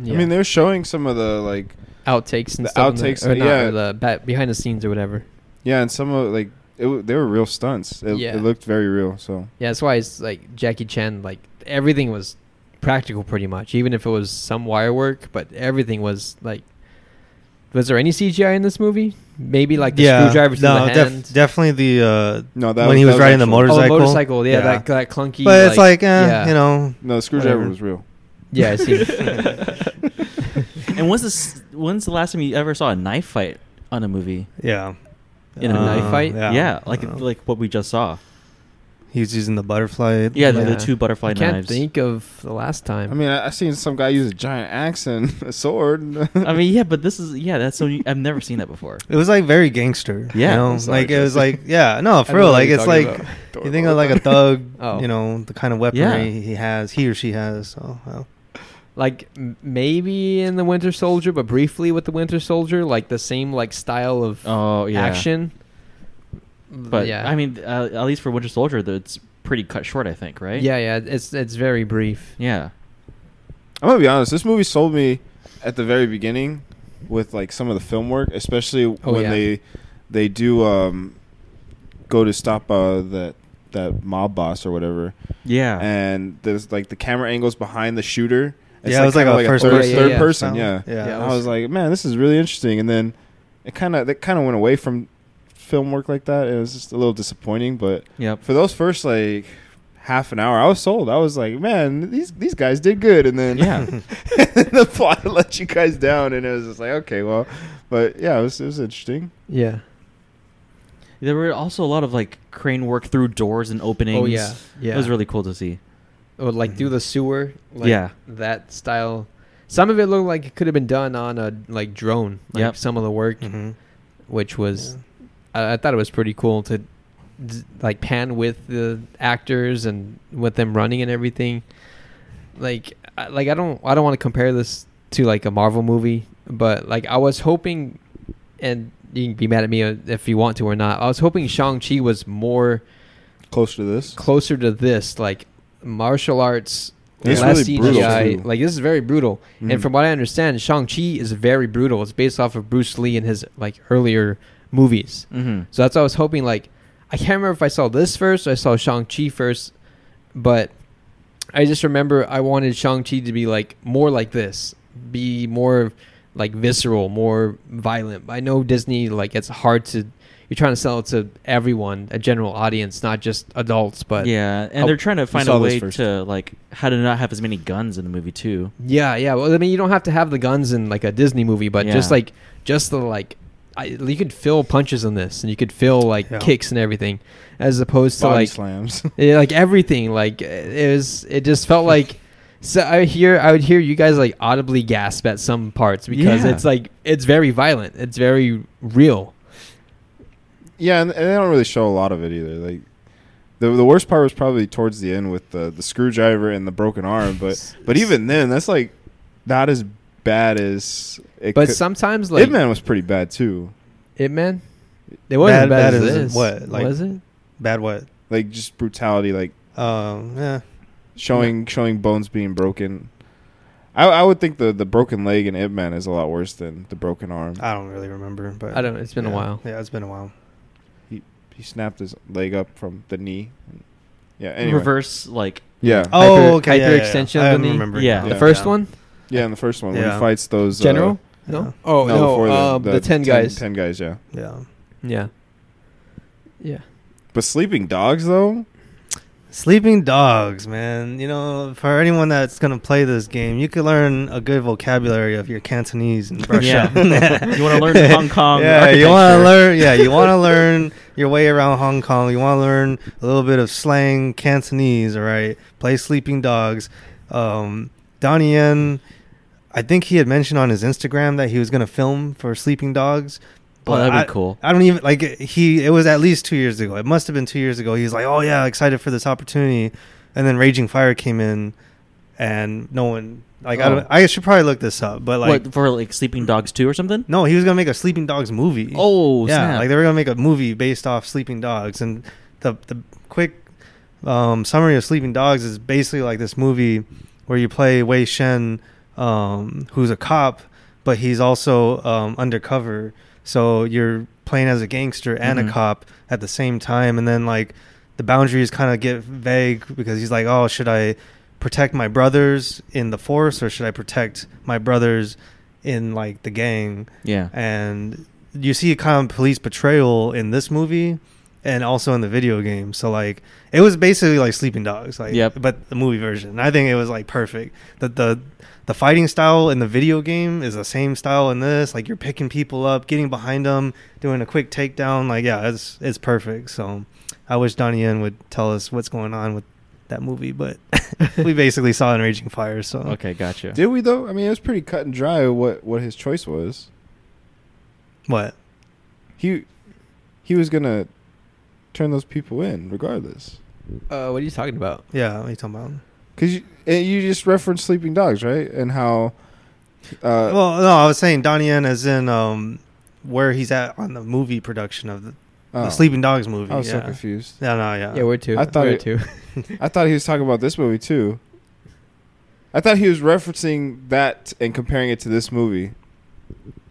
Speaker 3: Yeah.
Speaker 4: I mean, they're showing some of the like,
Speaker 3: outtakes and
Speaker 4: The
Speaker 3: stuff in
Speaker 4: outtakes,
Speaker 3: or not,
Speaker 4: yeah.
Speaker 3: or the back, behind the scenes or whatever.
Speaker 4: yeah, and some of like, it, w- they were real stunts. It,
Speaker 3: Yeah.
Speaker 4: it looked very real. So
Speaker 3: Yeah, that's why it's like Jackie Chan. Like everything was practical, pretty much. Even if it was some wire work, but everything was like. Was there any CGI in this movie? Maybe like the screwdriver to the
Speaker 1: def-
Speaker 3: hand.
Speaker 1: definitely the uh,
Speaker 4: no, that
Speaker 1: When he was
Speaker 4: that
Speaker 1: riding the
Speaker 4: actual-
Speaker 1: motorcycle.
Speaker 3: Oh, motorcycle. Yeah,
Speaker 1: Yeah.
Speaker 3: That, that clunky.
Speaker 1: but it's like, eh, you know,
Speaker 4: No, the screwdriver
Speaker 1: Whatever.
Speaker 4: was real.
Speaker 3: Yeah, I see.
Speaker 2: and when's this? When's the last time you ever saw a knife fight on a movie?
Speaker 1: yeah,
Speaker 2: In a
Speaker 1: Uh,
Speaker 3: knife fight?
Speaker 2: Yeah, like
Speaker 1: Uh,
Speaker 2: like what we just saw.
Speaker 1: he was using the butterfly.
Speaker 2: Yeah, the,
Speaker 3: Yeah.
Speaker 2: the two butterfly
Speaker 3: I can't
Speaker 2: knives.
Speaker 3: think of the last time.
Speaker 4: I mean, I, I seen some guy use a giant axe and a sword.
Speaker 2: I mean, yeah, but this is yeah. That's so new- I've never seen that before.
Speaker 1: It was like very gangster.
Speaker 2: Yeah.
Speaker 1: you know?
Speaker 4: I'm sorry,
Speaker 1: like it was
Speaker 4: Jesse.
Speaker 1: like yeah,
Speaker 2: Oh,
Speaker 1: no,
Speaker 3: I
Speaker 1: for
Speaker 3: don't
Speaker 1: real.
Speaker 3: know what
Speaker 1: Like
Speaker 3: you're
Speaker 1: it's
Speaker 3: talking
Speaker 1: like
Speaker 3: about.
Speaker 1: you think of like a thug,
Speaker 3: Oh.
Speaker 1: you know, the kind of weaponry he has, he or she has. So well,
Speaker 3: like m- maybe in the Winter Soldier, but briefly with the Winter Soldier, like the same like style of
Speaker 2: Oh yeah,
Speaker 3: action.
Speaker 2: But yeah, I mean, uh, at least for Winter Soldier, though, it's pretty cut short. I think, right?
Speaker 3: yeah, yeah, it's it's very brief.
Speaker 2: yeah.
Speaker 4: I'm gonna be honest. This movie sold me at the very beginning with like some of the film work, especially
Speaker 3: Oh,
Speaker 4: when
Speaker 3: yeah.
Speaker 4: they they do um go to stop uh that that mob boss or whatever,
Speaker 2: Yeah.
Speaker 4: and there's like the camera angles behind the shooter.
Speaker 1: yeah, it was like
Speaker 4: kinda
Speaker 1: a first
Speaker 4: third,
Speaker 1: person,
Speaker 3: Yeah,
Speaker 4: third
Speaker 3: yeah, yeah.
Speaker 4: person, yeah.
Speaker 1: style. yeah,
Speaker 3: Yeah.
Speaker 4: I was like, man, this is really interesting. And then it kind of that kind of went away from film work like that. It was just a little disappointing, but
Speaker 2: Yep.
Speaker 4: for those first like half an hour, I was sold. I was like, man, these these guys did good, and then
Speaker 2: Yeah.
Speaker 4: the plot let you guys down, and it was just like, okay, well, but yeah, it was it was interesting.
Speaker 3: Yeah.
Speaker 2: There were also a lot of like crane work through doors and openings.
Speaker 3: Oh yeah, yeah.
Speaker 2: It was really cool to see.
Speaker 3: or like do the sewer. Like
Speaker 2: Yeah.
Speaker 3: that style. Some of it looked like it could have been done on a like drone. Like
Speaker 2: Yep.
Speaker 3: some of the work,
Speaker 1: hmm
Speaker 3: which was, I, I thought it was pretty cool to, d- like pan with the actors and with them running and everything. Like, I, like I don't, I don't want to compare this to like a Marvel movie, but like I was hoping, and you can be mad at me uh, if you want to or not. I was hoping Shang Chi was more
Speaker 4: Close to this,
Speaker 3: closer to this, like martial arts,
Speaker 4: It's
Speaker 3: less
Speaker 4: really brutal,
Speaker 3: CGI.
Speaker 4: too.
Speaker 3: Like this is very brutal.
Speaker 4: Mhm.
Speaker 3: And from what I understand, Shang Chi is very brutal. It's based off of Bruce Lee and his like earlier movies.
Speaker 2: Mm-hmm.
Speaker 3: So that's what I was hoping. Like I can't remember if I saw this first or I saw Shang Chi first, but I just remember I wanted Shang Chi to be like more like this, be more like visceral, more violent. I know Disney like it's hard to. You're trying to sell it to everyone, a general audience, not just adults, but
Speaker 2: yeah, and
Speaker 3: Oh,
Speaker 2: they're trying to find
Speaker 4: saw
Speaker 2: a
Speaker 4: this
Speaker 2: way
Speaker 4: first.
Speaker 2: to like how to not have as many guns in the movie too.
Speaker 3: Yeah, yeah. Well, I mean, you don't have to have the guns in like a Disney movie, but just
Speaker 2: Yeah.
Speaker 3: like just the like, I, you could feel punches in this, and you could feel like
Speaker 1: Yeah.
Speaker 3: kicks and everything, as opposed to
Speaker 4: body
Speaker 3: like
Speaker 4: slams.
Speaker 3: eh, like everything. Like eh, it was, it just felt like So I hear I would hear you guys like audibly gasp at some parts because
Speaker 2: Yeah.
Speaker 3: it's like it's very violent. It's very real.
Speaker 4: Yeah, and, and they don't really show a lot of it either. Like the the worst part was probably towards the end with the the screwdriver and the broken arm, but but even then, that's like not as bad as it.
Speaker 3: But
Speaker 4: could-
Speaker 3: sometimes like
Speaker 4: Ip Man was pretty bad too.
Speaker 3: It Man, it wasn't
Speaker 1: Bad-
Speaker 3: bad,
Speaker 1: bad
Speaker 3: as
Speaker 1: as in
Speaker 3: this.
Speaker 1: what? Like-
Speaker 3: was it?
Speaker 1: Bad what?
Speaker 4: Like just brutality, like
Speaker 1: Um, yeah.
Speaker 4: showing showing bones being broken. I, I would think the, the broken leg in Ip Man is a lot worse than the broken arm.
Speaker 3: Uh,
Speaker 1: I don't really remember, but
Speaker 3: I don't. know. It's been a
Speaker 4: Yeah.
Speaker 3: while.
Speaker 1: Yeah, it's been a while.
Speaker 4: He snapped his leg up from the knee. Yeah. Anyway.
Speaker 2: Reverse like
Speaker 4: Yeah.
Speaker 3: Oh,
Speaker 1: Oh,
Speaker 3: okay,
Speaker 1: okay.
Speaker 3: yeah, yeah, yeah.
Speaker 1: extension
Speaker 3: I
Speaker 1: of the knee.
Speaker 3: remember
Speaker 2: Yeah.
Speaker 4: now.
Speaker 3: The first one,
Speaker 4: Yeah, in the first one when
Speaker 1: Yeah.
Speaker 4: he fights those uh,
Speaker 3: General.
Speaker 1: Yeah.
Speaker 3: no. Oh no.
Speaker 4: before
Speaker 3: um, the, ten guys.
Speaker 4: Ten guys. Yeah.
Speaker 1: Yeah.
Speaker 3: Yeah. Yeah.
Speaker 4: But sleeping dogs though.
Speaker 1: Sleeping dogs, man. You know, for anyone that's gonna play this game, you could learn a good vocabulary of your Cantonese and Russia.
Speaker 2: Yeah. You wanna learn Hong Kong
Speaker 1: Yeah, you want
Speaker 2: architecture.
Speaker 1: to learn. Yeah, you want to learn your way around Hong Kong. You want to learn a little bit of slang Cantonese. All right, play Sleeping Dogs. Um, Donnie Yen, I think he had mentioned on his Instagram that he was gonna film for Sleeping Dogs.
Speaker 2: Oh, that'd be
Speaker 1: I-
Speaker 2: cool.
Speaker 1: I don't even like he. It was at least two years ago. It must have been two years ago. He was like, "Oh yeah, excited for this opportunity," and then Raging Fire came in, and no one like I
Speaker 3: Oh.
Speaker 1: don't. I should probably look this up, but like
Speaker 2: what for like Sleeping Dogs two or something.
Speaker 1: no, he was gonna make a Sleeping Dogs movie.
Speaker 2: Oh
Speaker 1: yeah,
Speaker 2: snap.
Speaker 1: like they were gonna make a movie based off Sleeping Dogs, and the the quick um, summary of Sleeping Dogs is basically like this movie where you play Wei Shen, um, who's a cop, but he's also um, undercover. So you're playing as a gangster and
Speaker 2: Mhm.
Speaker 1: a cop at the same time, and then like the boundaries kind of get vague because he's like, oh, should I protect my brothers in the force or should I protect my brothers in like the gang?
Speaker 2: yeah.
Speaker 1: and you see a kind of police betrayal in this movie and also in the video game so like it was basically like sleeping dogs like
Speaker 2: Yep.
Speaker 1: but the movie version and i think it was like perfect that the the fighting style in the video game is the same style in this like you're picking people up getting behind them doing a quick takedown like yeah it's it's perfect so i wish donnie yen would tell us what's going on with that movie but we basically saw it in raging fire so
Speaker 2: Okay, gotcha.
Speaker 4: Did we though? I mean, it was pretty cut and dry what what his choice was.
Speaker 1: what
Speaker 4: He he was gonna turn those people in regardless.
Speaker 3: Uh, what are you talking about?
Speaker 1: yeah what are you talking about
Speaker 4: Cause you and you just referenced sleeping dogs, right? And how. Uh,
Speaker 1: well, no, I was saying Donnie Yen as in um, where he's at on the movie production of the,
Speaker 4: oh,
Speaker 1: the Sleeping Dogs movie.
Speaker 4: I was
Speaker 1: yeah.
Speaker 4: so confused.
Speaker 1: No, no, yeah.
Speaker 3: yeah, we're two.
Speaker 4: I thought
Speaker 3: we're
Speaker 4: it-
Speaker 3: two.
Speaker 4: I thought he was talking about this movie too. I thought he was referencing that and comparing it to this movie.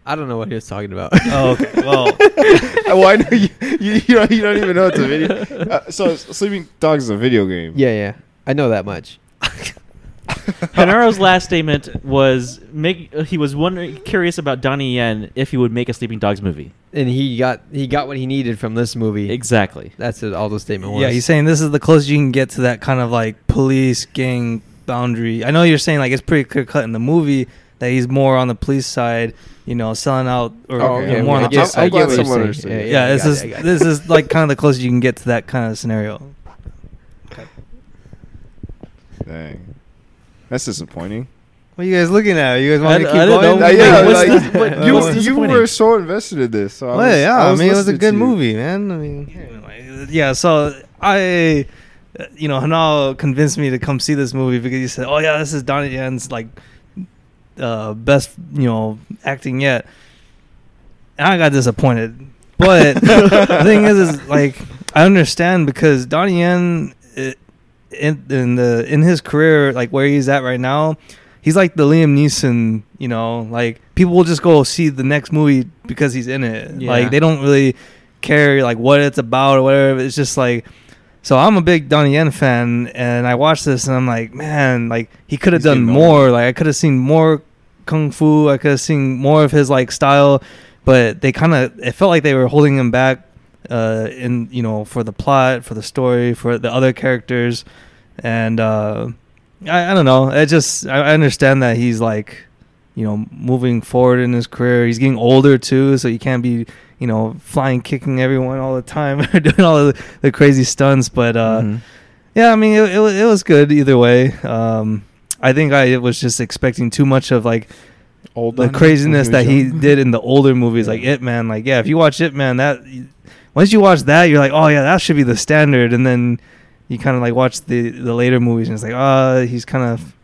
Speaker 3: I don't know what he was talking about.
Speaker 1: oh, okay. Well,
Speaker 4: well, I know you, you, you, don't, you don't even know it's a video. Uh, so, Sleeping Dogs is a video game.
Speaker 3: yeah, yeah. I know that much.
Speaker 2: Panaro's last statement was make. He was wondering, curious about Donnie Yen if he would make a Sleeping Dogs movie.
Speaker 3: And he got he got what he needed from this movie.
Speaker 2: Exactly.
Speaker 3: That's it, all the statement was.
Speaker 1: yeah, he's saying this is the closest you can get to that kind of like police gang boundary. I know you're saying like it's pretty clear cut in the movie that he's more on the police side, you know, selling out or
Speaker 4: Oh,
Speaker 1: you
Speaker 4: okay.
Speaker 1: know, more on
Speaker 4: I
Speaker 1: the
Speaker 4: get-
Speaker 1: cop
Speaker 4: I
Speaker 1: side.
Speaker 4: get what you're
Speaker 1: yeah,
Speaker 4: saying.
Speaker 1: yeah, this
Speaker 3: I got
Speaker 1: is
Speaker 3: it, I got
Speaker 1: this
Speaker 3: it.
Speaker 1: is like kind of the closest you can get to that kind of scenario.
Speaker 4: Dang. That's disappointing.
Speaker 1: What are you guys looking at? You guys
Speaker 2: I-
Speaker 1: want me to
Speaker 2: I
Speaker 1: keep
Speaker 2: don't
Speaker 1: going? uh,
Speaker 2: know.
Speaker 4: Uh, yeah,
Speaker 2: Wait, what's
Speaker 4: like,
Speaker 2: the- what-
Speaker 4: you,
Speaker 2: what's
Speaker 4: you
Speaker 2: disappointing?
Speaker 4: were so invested in this. So I
Speaker 1: well,
Speaker 4: was,
Speaker 1: yeah, I,
Speaker 4: was
Speaker 1: mean, it was a
Speaker 4: listening
Speaker 1: good
Speaker 4: to you.
Speaker 1: movie, man. I mean, anyway, yeah. So I, uh, you know, Hanal convinced me to come see this movie because he said, "Oh yeah, this is Donnie Yen's like uh, best, you know, acting yet." And I got disappointed, but the thing is, is like I understand because Donnie Yen, i- in, in the in his career, like where he's at right now, he's like the Liam Neeson, you know, like people will just go see the next movie because he's in it.
Speaker 2: Yeah.
Speaker 1: Like they don't really care like what it's about or whatever. It's just like so I'm a big Donnie Yen fan and I watched this and I'm like, man, like he could have
Speaker 4: He's
Speaker 1: done
Speaker 4: getting
Speaker 1: more.
Speaker 4: older.
Speaker 1: Like I could have seen more kung fu, I could have seen more of his like style, but they kind of it felt like they were holding him back uh in you know for the plot, for the story, for the other characters and uh I, I don't know. It just I, I understand that he's like, you know, moving forward in his career. He's getting older too, so you can't be, you know, flying kicking everyone all the time or doing all the, the crazy stunts. But uh,
Speaker 3: Mm-hmm.
Speaker 2: Mhm.
Speaker 1: yeah, I mean, it, it wa- it was good either way. Um, I think I was just expecting too much of like
Speaker 4: Old
Speaker 1: the
Speaker 4: Donnie?
Speaker 1: craziness
Speaker 4: When
Speaker 1: that
Speaker 4: was
Speaker 1: he
Speaker 4: young?
Speaker 1: did in the older movies, like It Man. Like, yeah, if you watch It Man, that once you watch that, you're like, oh yeah, that should be the standard. And then you kind of like watch the the later movies, and it's like, ah, he's kind of,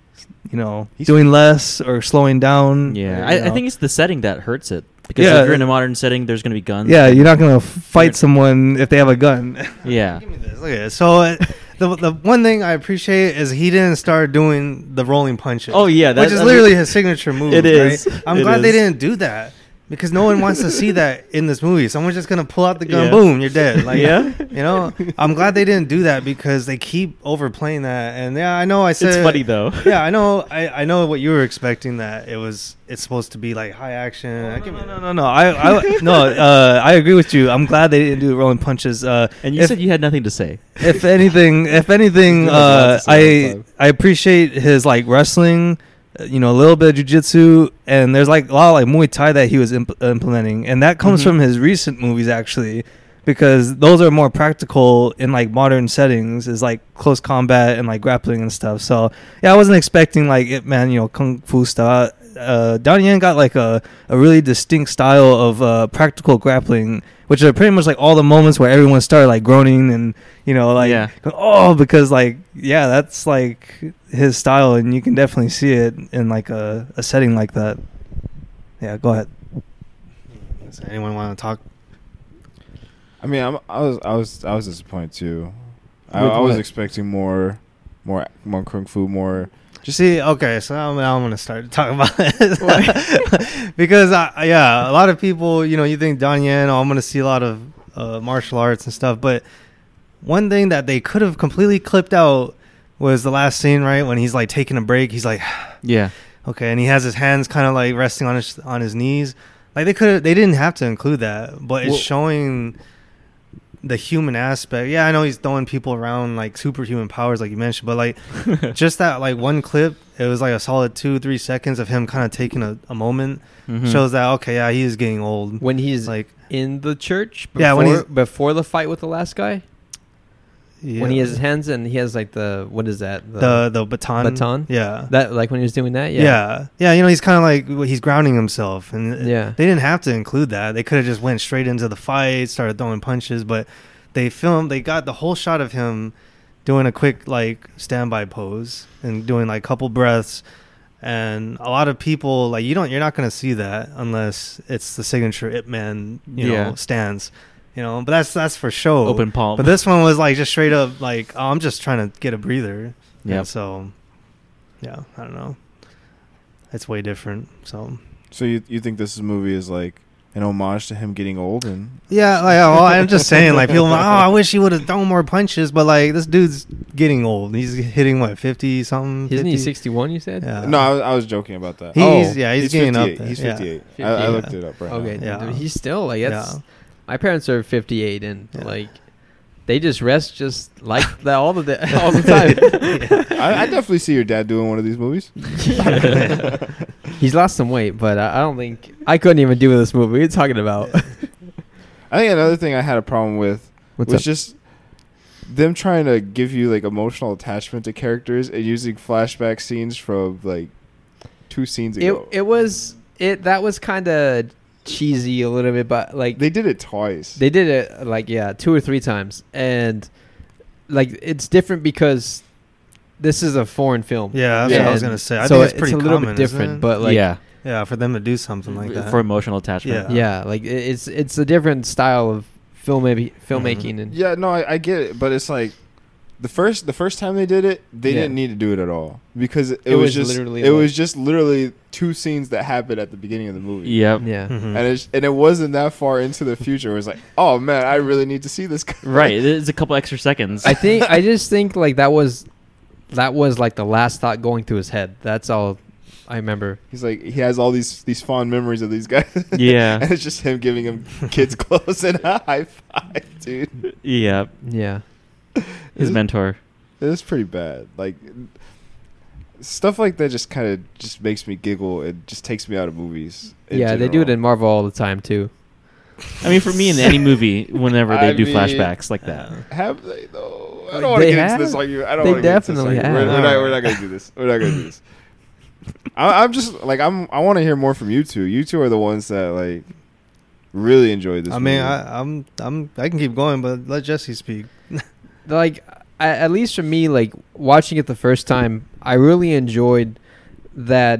Speaker 1: you know,
Speaker 4: He's-
Speaker 1: doing less or slowing down.
Speaker 2: Yeah,
Speaker 1: or,
Speaker 2: I,
Speaker 1: you
Speaker 2: I
Speaker 1: know.
Speaker 2: think it's the setting that hurts it because
Speaker 1: Yeah.
Speaker 2: if you're in a modern setting, there's gonna be guns.
Speaker 1: Yeah, you're not gonna fight
Speaker 2: You're-
Speaker 1: someone if they have a gun.
Speaker 2: Yeah.
Speaker 1: Give me this. Look at this. So uh, the the one thing I appreciate is he didn't start doing the rolling punches.
Speaker 2: Oh, yeah,
Speaker 1: which
Speaker 2: that's-
Speaker 1: is
Speaker 2: I mean-
Speaker 1: literally his signature move.
Speaker 2: It is.
Speaker 1: right? I'm
Speaker 2: It
Speaker 1: glad they
Speaker 2: is.
Speaker 1: didn't do that because no one wants to see that in this movie. Someone's just gonna pull out the gun,
Speaker 2: Yeah.
Speaker 1: boom, you're dead. Like,
Speaker 2: Yeah.
Speaker 1: you know. I'm glad they didn't do that because they keep overplaying that. And yeah, I know I said
Speaker 2: It's funny though.
Speaker 1: Yeah, I know. I, I know what you were expecting. That it was. It's supposed to be like high action. I give no, no, no, no, I, I no. Uh, I agree with you. I'm glad they didn't do rolling punches. Uh,
Speaker 2: And you
Speaker 1: if,
Speaker 2: said you had nothing to say.
Speaker 1: if anything, if anything,
Speaker 3: There's not a lot
Speaker 1: uh,
Speaker 3: to say
Speaker 1: I
Speaker 3: about
Speaker 1: I appreciate his like wrestling, uh, you know, a little bit of jujitsu, and there's like a lot of like Muay Thai that he was imp- implementing, and that comes
Speaker 2: Mhm.
Speaker 1: from his recent movies actually, because those are more practical in like modern settings, is like close combat and like grappling and stuff. So yeah, I wasn't expecting like it, man, you know, kung fu stuff. Uh, Donnie Yen got like a, a really distinct style of uh, practical grappling, which are pretty much like all the moments where everyone started like groaning and you know like
Speaker 2: Yeah.
Speaker 1: oh because like yeah that's like his style and you can definitely see it in like a, a setting like that. Yeah, go ahead. Does anyone want to talk?
Speaker 4: I mean, I'm, I was, I was, I was disappointed too. I,
Speaker 3: With
Speaker 4: I was
Speaker 3: what?
Speaker 4: expecting more, more, more kung fu, more.
Speaker 1: Just see, okay, so now, now I'm gonna start talking about it because I, yeah, a lot of people, you know, you think Donnie Yen, oh, I'm gonna see a lot of uh, martial arts and stuff, but one thing that they could have completely clipped out was the last scene, right when he's like taking a break, he's like,
Speaker 2: Yeah.
Speaker 1: okay, and he has his hands kind of like resting on his on his knees, like they could they didn't have to include that, but it's
Speaker 2: Well-
Speaker 1: showing the human aspect. Yeah, I know he's throwing people around like superhuman powers, like you mentioned, but like
Speaker 3: Mm-hmm.
Speaker 1: just that like one clip it was like a solid two three seconds of him kind of taking a, a moment
Speaker 2: Mhm.
Speaker 1: shows that okay yeah he is getting old
Speaker 3: Mm-hmm. when he's like
Speaker 1: like
Speaker 3: in the church before,
Speaker 1: Yeah, when
Speaker 3: before the fight with the last guy
Speaker 1: yeah,
Speaker 3: when he has his hands and he has like the what is that
Speaker 1: the the baton
Speaker 3: Baton?
Speaker 1: yeah
Speaker 3: that like when he was doing that
Speaker 1: yeah.
Speaker 3: yeah
Speaker 1: yeah you know he's kind of like well, he's grounding himself and uh,
Speaker 3: Yeah.
Speaker 1: they didn't have to include that they could have just went straight into the fight started throwing punches but they filmed they got the whole shot of him doing a quick like standby pose and doing like couple breaths and a lot of people like you don't you're not going to see that unless it's the signature Ip Man you
Speaker 2: Yeah.
Speaker 1: know stance you know but that's that's for show
Speaker 2: Open palm.
Speaker 1: oh, but this one was like just straight up like oh, I'm just trying to get a breather
Speaker 2: Yep.
Speaker 1: And so yeah I don't know it's way different so
Speaker 4: So you, you think this movie is like an homage to him getting old and
Speaker 1: yeah like oh, I'm just saying like people are like, oh I wish he would have thrown more punches but like this dude's getting old he's hitting what 50 something
Speaker 3: isn't he
Speaker 1: 50?
Speaker 3: 61 you said
Speaker 1: Yeah.
Speaker 4: no, I was, I was joking about that.
Speaker 1: Uh-huh. He's
Speaker 3: Oh,
Speaker 1: yeah, he's, getting up.
Speaker 4: 58.
Speaker 1: There.
Speaker 4: He's
Speaker 1: yeah.
Speaker 4: 58. I, I
Speaker 3: 58.
Speaker 4: looked it up right
Speaker 3: okay
Speaker 4: now.
Speaker 1: Yeah.
Speaker 3: dude, he's still like that's
Speaker 1: Yeah.
Speaker 3: my parents are 58 and
Speaker 1: Yeah.
Speaker 3: like they just rest just like that all the day, all the time
Speaker 4: I, I definitely see your dad doing one of these movies.
Speaker 3: he's lost some weight but I, I don't think I couldn't even do this movie we are talking about
Speaker 4: I think another thing I had a problem with
Speaker 3: what's
Speaker 4: was
Speaker 3: up
Speaker 4: just them trying to give you like emotional attachment to characters and using flashback scenes from like two scenes
Speaker 3: it,
Speaker 4: ago.
Speaker 3: it was it that was kind of cheesy a little bit but like
Speaker 4: they did it twice.
Speaker 3: They did it like yeah, two or three times, and like it's different because this is a foreign film.
Speaker 1: Yeah, that's
Speaker 4: Yeah.
Speaker 1: what I was
Speaker 3: And
Speaker 1: gonna say. I
Speaker 3: so
Speaker 1: think it's pretty
Speaker 3: a little
Speaker 1: common,
Speaker 3: bit different,
Speaker 1: isn't it?
Speaker 3: but like yeah,
Speaker 2: yeah.
Speaker 1: yeah, for them to do uh, something like that.
Speaker 2: For emotional attachment.
Speaker 1: Yeah.
Speaker 3: like i- it's it's a different style of film maybe
Speaker 1: Mm-hmm.
Speaker 3: filmmaking and
Speaker 4: yeah, no, I, I get it, but it's like the first the first time they did it, they
Speaker 3: Yeah.
Speaker 4: didn't need to do it at all because it,
Speaker 3: It
Speaker 4: was,
Speaker 3: was
Speaker 4: just
Speaker 3: literally,
Speaker 4: it
Speaker 3: like-
Speaker 4: was just literally two scenes that happened at the beginning of the movie.
Speaker 2: Yep.
Speaker 3: yeah.
Speaker 1: Mhm.
Speaker 4: and it and it wasn't that far into the future. It was like, oh man, I really need to see this. Guy.
Speaker 2: Right. It's a couple extra seconds.
Speaker 3: I think I just think like that was that was like the last thought going through his head. That's all I remember.
Speaker 4: He's like, he has all these these fond memories of these guys.
Speaker 2: Yeah.
Speaker 4: and it's just him giving him kids clothes and a high five, dude.
Speaker 2: yeah.
Speaker 3: Yeah,
Speaker 2: His
Speaker 4: Is-
Speaker 2: mentor.
Speaker 4: It was pretty bad. Like stuff like that just kind of just makes me giggle. It just takes me out of movies.
Speaker 3: yeah. They do it in Marvel all the time too.
Speaker 2: I mean, for me, in any movie, whenever they
Speaker 4: I
Speaker 2: do
Speaker 4: mean-
Speaker 2: flashbacks like
Speaker 1: uh,
Speaker 2: that,
Speaker 4: Have they though? I
Speaker 3: Like,
Speaker 4: don't want to
Speaker 3: they
Speaker 4: get into this
Speaker 3: have.
Speaker 4: argument. I don't
Speaker 3: They
Speaker 4: want to get into this
Speaker 3: definitely
Speaker 4: argument. We're,
Speaker 1: have.
Speaker 4: we're not. We're not going to do this. We're not going to do this. I, I'm just like I'm. I want to hear more from you two. You two are the ones that like really enjoyed this.
Speaker 1: I mean,
Speaker 4: movie.
Speaker 1: I, I'm, I'm, I can keep going, but let Jesse speak.
Speaker 3: like I, at least for me like watching it the first time i really enjoyed that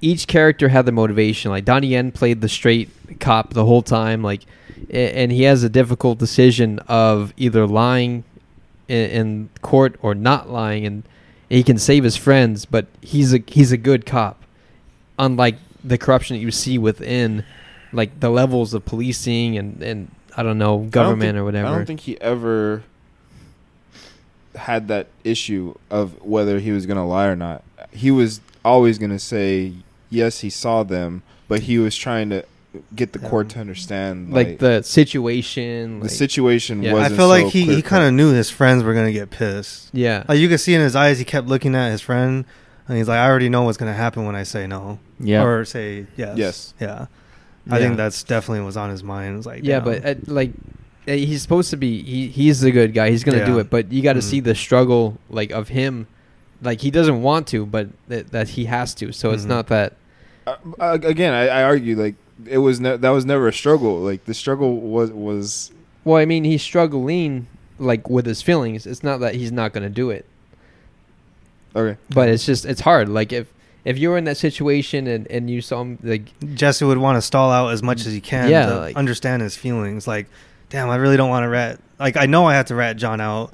Speaker 3: each character had the motivation like donnie yen played the straight cop the whole time like a- and he has a difficult decision of either lying i- in court or not lying and he can save his friends but he's a he's a good cop unlike the corruption that you see within like the levels of policing and and i don't know
Speaker 4: I don't
Speaker 3: government
Speaker 4: think-
Speaker 3: or whatever
Speaker 4: I don't think he ever had that issue of whether he was going to lie or not. He was always going to say yes, he saw them, but he was trying to get the court to understand
Speaker 3: like, the situation.
Speaker 4: the
Speaker 3: like-
Speaker 4: situation
Speaker 3: Yeah. I
Speaker 1: I
Speaker 4: wasn't.
Speaker 1: feel like
Speaker 4: so
Speaker 1: he, he
Speaker 4: clear-cut.
Speaker 1: kind of knew his friends were gonna get pissed.
Speaker 3: Yeah.
Speaker 1: Like you could see in his eyes, he kept looking at his friend, and he's like, "I already know what's gonna happen when I say no,
Speaker 2: yeah,
Speaker 1: or say yes."
Speaker 4: Yes.
Speaker 1: yeah. I think
Speaker 3: Yeah.
Speaker 1: that's definitely was on his mind. It was like,
Speaker 3: yeah,
Speaker 1: damn.
Speaker 3: but uh, like uh, he's supposed to be he he's the good guy. He's gonna do
Speaker 1: Yeah.
Speaker 3: it, but you got to
Speaker 1: Mhm.
Speaker 3: see the struggle like of him. Like he doesn't want to, but that, that he has to. So it's
Speaker 1: Mhm.
Speaker 3: not that.
Speaker 4: Uh, uh, again, I, I argue like it was ne- that was never a struggle. Like the struggle was was
Speaker 3: Well, I mean, he's struggling like with his feelings. It's not that he's not gonna do it,
Speaker 4: okay.
Speaker 3: but it's just it's hard. Like if if you were in that situation and and you saw him like
Speaker 1: Jesse would want to stall out as much as he can
Speaker 3: Mm. Yeah,
Speaker 1: to
Speaker 3: like-
Speaker 1: understand his feelings. Like, damn, I really don't want to rat. Like, I know I have to rat John out,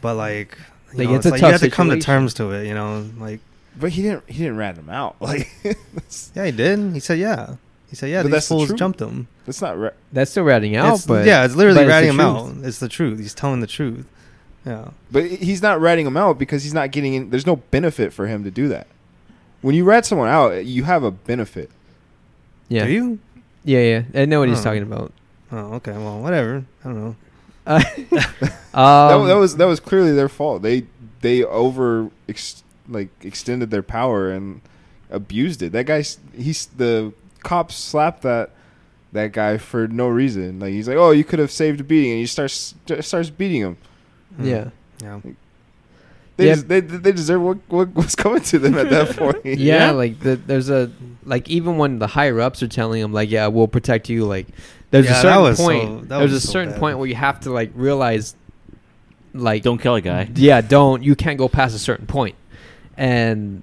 Speaker 1: but like, you
Speaker 3: Like,
Speaker 1: know, it's
Speaker 3: it's a
Speaker 1: like
Speaker 3: tough
Speaker 1: you have to come to
Speaker 3: situation.
Speaker 1: terms to it. You know, like,
Speaker 4: But he didn't he didn't rat him out. Like that's,
Speaker 1: yeah, he did. He said, yeah. He said, yeah.
Speaker 4: But
Speaker 1: these
Speaker 4: that's the
Speaker 1: fools
Speaker 4: truth.
Speaker 1: jumped him.
Speaker 4: that's not ra-
Speaker 3: that's still ratting out,
Speaker 1: It's-
Speaker 3: but
Speaker 1: yeah, it's literally
Speaker 3: but
Speaker 1: ratting
Speaker 3: the
Speaker 1: him
Speaker 3: truth.
Speaker 1: out. It's the truth. He's telling the truth. Yeah.
Speaker 4: But he's not ratting him out because he's not getting in. There's no benefit for him to do that. When you rat someone out, you have a benefit.
Speaker 3: Yeah,
Speaker 1: Do you? Hmm.
Speaker 3: yeah, yeah. I know what he's
Speaker 1: Huh.
Speaker 3: talking about.
Speaker 1: Oh, okay. Well, whatever. I don't know.
Speaker 3: Uh,
Speaker 4: That-
Speaker 3: um,
Speaker 4: that, was that was clearly their fault. They they over ex, like extended their power and abused it. That guy, s- he's the cops slapped that that guy for no reason. Like he's like, oh, you could have saved a beating, and he starts just starts beating him.
Speaker 1: Hmm.
Speaker 3: yeah.
Speaker 1: Yeah.
Speaker 4: They
Speaker 3: Yeah.
Speaker 4: des- they they deserve what, what what's coming to them at that point.
Speaker 3: yeah,
Speaker 2: Yeah.
Speaker 3: like the, there's a like even when the higher ups are telling him like yeah we'll protect you like there's
Speaker 1: Yeah,
Speaker 3: a
Speaker 1: that
Speaker 3: certain
Speaker 1: was so-
Speaker 3: point
Speaker 1: that
Speaker 3: there's a
Speaker 1: was so
Speaker 3: certain
Speaker 1: bad.
Speaker 3: point where you have to like realize like
Speaker 2: don't kill a guy.
Speaker 3: yeah don't you can't go past a certain point and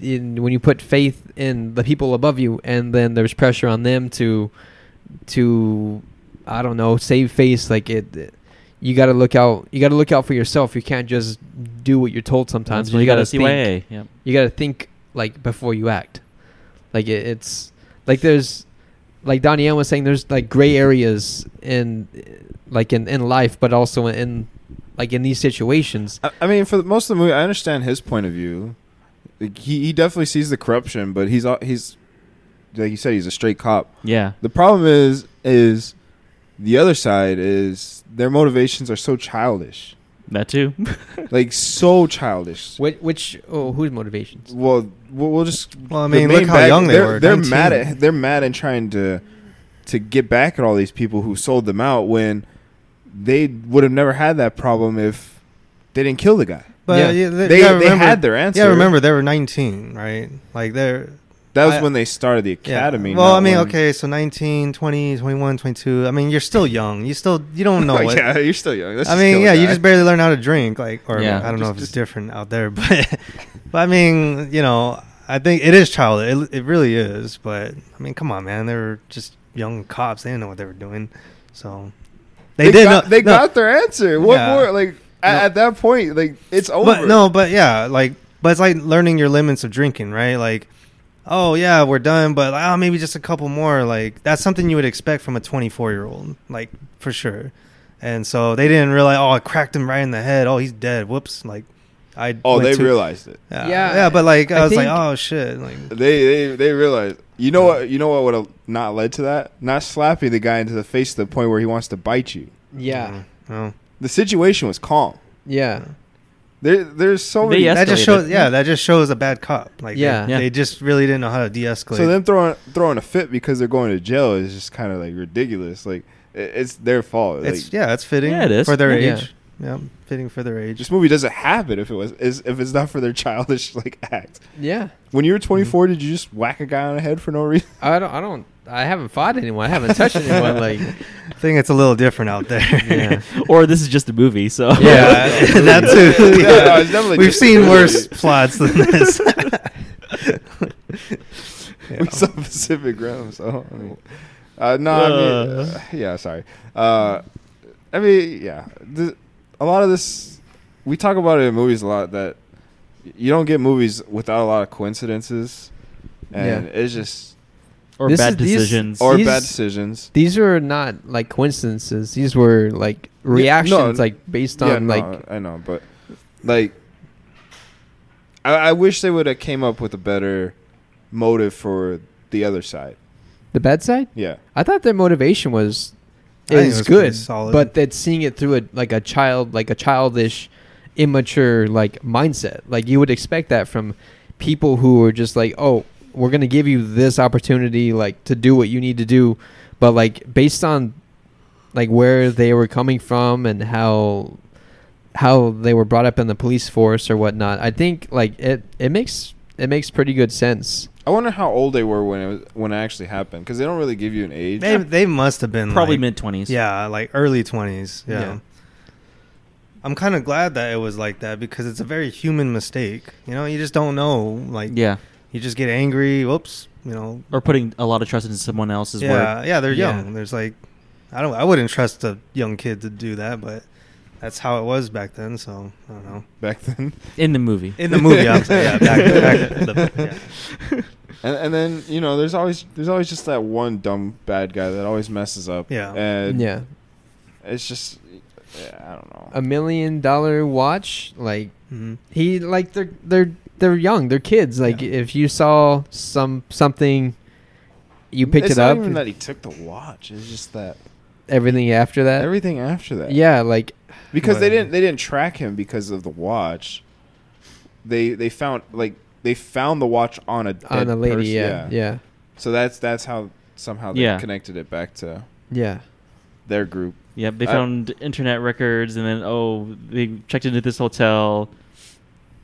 Speaker 3: in, when you put faith in the people above you and then there's pressure on them to to I don't know save face like it. it- you got to look out. You got to look out for yourself. You can't just do what you're told. Sometimes
Speaker 2: That's when you got
Speaker 3: gotta
Speaker 2: to
Speaker 3: think-
Speaker 2: CYA. Yep.
Speaker 3: you got to think like before you act like it, it's like there's like Danielle was saying there's like gray areas in like in in life but also in like in these situations
Speaker 4: I, I mean, for the, most of the movie, I understand his point of view. Like, he he definitely sees the corruption, but he's al- he's like you said, he's a straight cop.
Speaker 2: Yeah.
Speaker 4: The problem is is the other side is their motivations are so childish,
Speaker 2: That too.
Speaker 4: like so childish.
Speaker 3: which, which oh, whose motivations
Speaker 4: Well, we'll we'll just.
Speaker 1: Well, I
Speaker 4: the
Speaker 1: mean,
Speaker 4: main
Speaker 1: look how
Speaker 4: bad-
Speaker 1: young they
Speaker 4: they're,
Speaker 1: were.
Speaker 4: They're mad
Speaker 1: 19.
Speaker 4: at they're mad and trying to to get back at all these people who sold them out when they would have never had that problem if they didn't kill the guy.
Speaker 1: But
Speaker 3: Yeah.
Speaker 1: yeah, they,
Speaker 4: They,
Speaker 1: yeah,
Speaker 4: they
Speaker 1: remember,
Speaker 4: had their answer.
Speaker 1: Yeah, remember they were 19, right? Like they're
Speaker 4: That was
Speaker 1: I-
Speaker 4: when they started the
Speaker 1: Yeah.
Speaker 4: academy.
Speaker 1: Well,
Speaker 4: not
Speaker 1: I mean,
Speaker 4: when-
Speaker 1: okay, so 19, 20, 21, 22. I mean, you're still young. You still you don't know what.
Speaker 4: yeah, you're still young. Let's
Speaker 1: I
Speaker 4: just
Speaker 1: mean,
Speaker 4: kill
Speaker 1: yeah,
Speaker 4: a
Speaker 1: you
Speaker 4: guy.
Speaker 1: just barely learn how to drink like or
Speaker 2: Yeah.
Speaker 1: I don't know
Speaker 4: Just-
Speaker 1: if it's
Speaker 4: just-
Speaker 1: different out there, but but I mean, you know, I think it is childish. It, it really is, but I mean, come on, man. They were just young cops. They didn't know what they were doing. So they, did
Speaker 4: Got,
Speaker 1: know,
Speaker 4: they
Speaker 1: no,
Speaker 4: got their answer. What
Speaker 1: Yeah.
Speaker 4: more? Like at,
Speaker 1: No.
Speaker 4: at that point, like it's over.
Speaker 1: But no, but yeah, like, but it's like learning your limits of drinking, right? Like, oh yeah, we're done, but ah, maybe just a couple more. Like that's something you would expect from a 24 year old, like for sure. And so they didn't realize. Oh, I cracked him right in the head. Oh, he's dead. Whoops. Like, I.
Speaker 4: Oh,
Speaker 1: went
Speaker 4: they
Speaker 1: too-
Speaker 4: realized it.
Speaker 1: Yeah,
Speaker 3: Yeah,
Speaker 1: yeah, but like I,
Speaker 3: I
Speaker 1: was like,
Speaker 3: think-
Speaker 1: oh shit, like
Speaker 4: They they they realized. You know what? You know what would have not led to that? Not slapping the guy into the face to the Mm-hmm. point where he wants to bite you.
Speaker 3: yeah
Speaker 1: mm, no.
Speaker 4: The situation was calm.
Speaker 3: yeah
Speaker 4: There, there's so
Speaker 2: They
Speaker 4: many.
Speaker 2: yes-
Speaker 1: that just
Speaker 2: escalated.
Speaker 1: shows yeah that just shows a bad cop like
Speaker 3: Yeah.
Speaker 1: they,
Speaker 2: Yeah.
Speaker 1: they just really didn't know how to de-escalate
Speaker 4: so them throwing throwing a fit because they're going to jail is just kind of like ridiculous. Like it, it's their fault.
Speaker 1: it's
Speaker 4: like,
Speaker 1: yeah it's fitting
Speaker 2: Yeah, it is.
Speaker 1: for their
Speaker 3: Yeah.
Speaker 1: age yeah fitting for their age
Speaker 4: this movie doesn't happen if it was is if it's not for their childish like act.
Speaker 3: Yeah.
Speaker 4: When you were 24, did you just whack a guy on the head for no reason?
Speaker 3: I don't. I don't. I haven't fought anyone. I haven't touched anyone. Like,
Speaker 1: I think it's a little different out there
Speaker 3: yeah.
Speaker 2: or this is just a movie. So
Speaker 1: Yeah,
Speaker 3: Yeah.
Speaker 1: that too.
Speaker 4: Yeah, no, it's
Speaker 1: yeah.
Speaker 4: definitely
Speaker 1: We've
Speaker 4: just-
Speaker 1: seen worse plots than this. Yeah.
Speaker 4: We saw Pacific Rim, so I mean, uh, no, I mean,
Speaker 2: Uh.
Speaker 4: uh, yeah, sorry. Uh, I mean, yeah, th- a lot of this we talk about it in movies a lot that you don't get movies without a lot of coincidences, and
Speaker 3: Yeah.
Speaker 4: it's just
Speaker 2: or
Speaker 3: This
Speaker 2: bad
Speaker 3: is- these-
Speaker 2: decisions.
Speaker 4: or
Speaker 3: These-
Speaker 4: bad decisions.
Speaker 3: these were not like coincidences. These were like
Speaker 4: no,
Speaker 3: reactions, like based on
Speaker 4: yeah, no,
Speaker 3: like.
Speaker 4: I know, but like, I, I wish they would have came up with a better motive for the other side.
Speaker 3: The bad side?
Speaker 4: Yeah,
Speaker 3: I thought their motivation was
Speaker 1: I think it
Speaker 3: is
Speaker 1: was pretty
Speaker 3: good,
Speaker 1: solid.
Speaker 3: but that seeing it through a like a child, like a childish, immature like mindset. Like you would expect that from people who are just like, oh, we're gonna give you this opportunity, like to do what you need to do, but like based on like where they were coming from and how how they were brought up in the police force or whatnot. I think like it it makes it makes pretty good sense.
Speaker 4: I wonder how old they were when it was, when it actually happened because they don't really give you an age.
Speaker 1: they, they must have been
Speaker 2: probably
Speaker 1: like-
Speaker 2: mid twenties.
Speaker 1: Yeah, like early twenties. Yeah.
Speaker 3: Yeah.
Speaker 1: I'm kind of glad that it was like that because it's a very human mistake. You know, you just don't know. Like,
Speaker 2: yeah,
Speaker 1: you just get angry. Whoops. You know.
Speaker 2: or putting a lot of trust in someone else's
Speaker 1: Yeah,
Speaker 2: word.
Speaker 1: yeah. They're
Speaker 3: Yeah.
Speaker 1: young. There's like, I don't. I wouldn't trust a young kid to do that, but that's how it was back then. So I don't know.
Speaker 4: back then.
Speaker 2: in the movie.
Speaker 1: In the movie, I'm saying. Yeah, back, back, the, yeah.
Speaker 4: And, and then you know, there's always there's always just that one dumb bad guy that always messes up.
Speaker 1: Yeah.
Speaker 4: and
Speaker 3: yeah. Um,
Speaker 4: it's just yeah, I don't know.
Speaker 3: A million dollar watch, like
Speaker 1: Mhm.
Speaker 3: he like they're they're they're young they're kids like
Speaker 1: Yeah.
Speaker 3: if you saw some something you picked
Speaker 4: it's
Speaker 3: it
Speaker 4: not
Speaker 3: up
Speaker 4: Even that he took the watch. It's just that
Speaker 3: everything after that
Speaker 4: everything after that.
Speaker 3: yeah like
Speaker 4: because they
Speaker 1: Whatever.
Speaker 4: didn't they didn't track him because of the watch. They they found like they found the watch on a
Speaker 3: on
Speaker 4: dead
Speaker 3: a lady
Speaker 4: person.
Speaker 3: yeah, yeah
Speaker 4: So that's that's how somehow they
Speaker 2: Yeah.
Speaker 4: connected it back to
Speaker 3: yeah
Speaker 4: their group.
Speaker 2: Yep, they
Speaker 4: I-
Speaker 2: found internet records, and then oh, they checked into this hotel,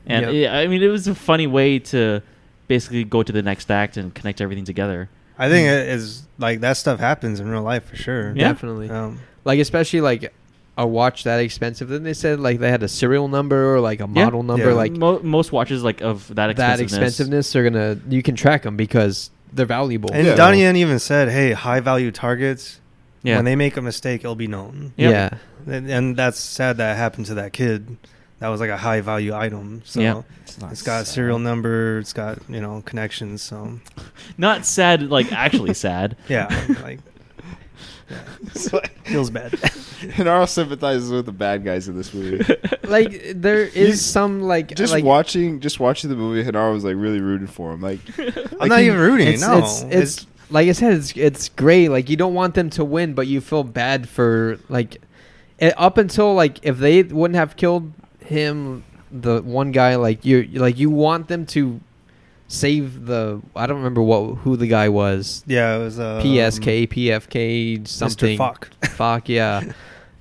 Speaker 2: and
Speaker 3: Yep.
Speaker 2: yeah, I mean, it was a funny way to basically go to the next act and connect everything together.
Speaker 1: I think it is like that stuff happens in real life for sure.
Speaker 2: Yeah.
Speaker 3: definitely
Speaker 1: Um,
Speaker 3: like especially like a watch that expensive then they said like they had a serial number or like a
Speaker 2: Yeah.
Speaker 3: model number
Speaker 1: Yeah.
Speaker 3: like
Speaker 2: Mo- most watches like of that
Speaker 3: that
Speaker 2: expensiveness.
Speaker 3: expensiveness are gonna you can track them because they're valuable
Speaker 1: and
Speaker 4: Yeah.
Speaker 1: Donnie Yen even said, "Hey, high value targets.
Speaker 2: Yeah,
Speaker 1: When they make a mistake, it'll be known."
Speaker 2: Yep.
Speaker 3: yeah
Speaker 1: And, and that's sad that happened to that kid. That was like a high value item. So
Speaker 2: Yeah.
Speaker 4: It's, not
Speaker 1: it's got a
Speaker 4: sad.
Speaker 1: serial number. It's got you know connections. So
Speaker 2: not sad, like actually sad.
Speaker 1: yeah, like
Speaker 4: It's like-
Speaker 1: feels bad.
Speaker 4: Hinaro sympathizes with the bad guys in this movie.
Speaker 3: like there is some like
Speaker 4: Just
Speaker 3: like
Speaker 4: watching, just watching the movie, Hinaro was like really rooting for him. Like,
Speaker 1: I'm
Speaker 4: Like
Speaker 1: not
Speaker 4: he-
Speaker 1: even rooting.
Speaker 3: it's,
Speaker 1: no,
Speaker 3: it's, it's like I said, it's it's great. Like you don't want them to win, but you feel bad for like it, up until like if they wouldn't have killed him, the one guy like you like you want them to save the I don't remember what who the guy was.
Speaker 1: yeah. It was uh,
Speaker 3: PSK,
Speaker 4: Um,
Speaker 3: PFK,
Speaker 1: Mr.
Speaker 3: something.
Speaker 1: Fuck.
Speaker 3: Fuck yeah.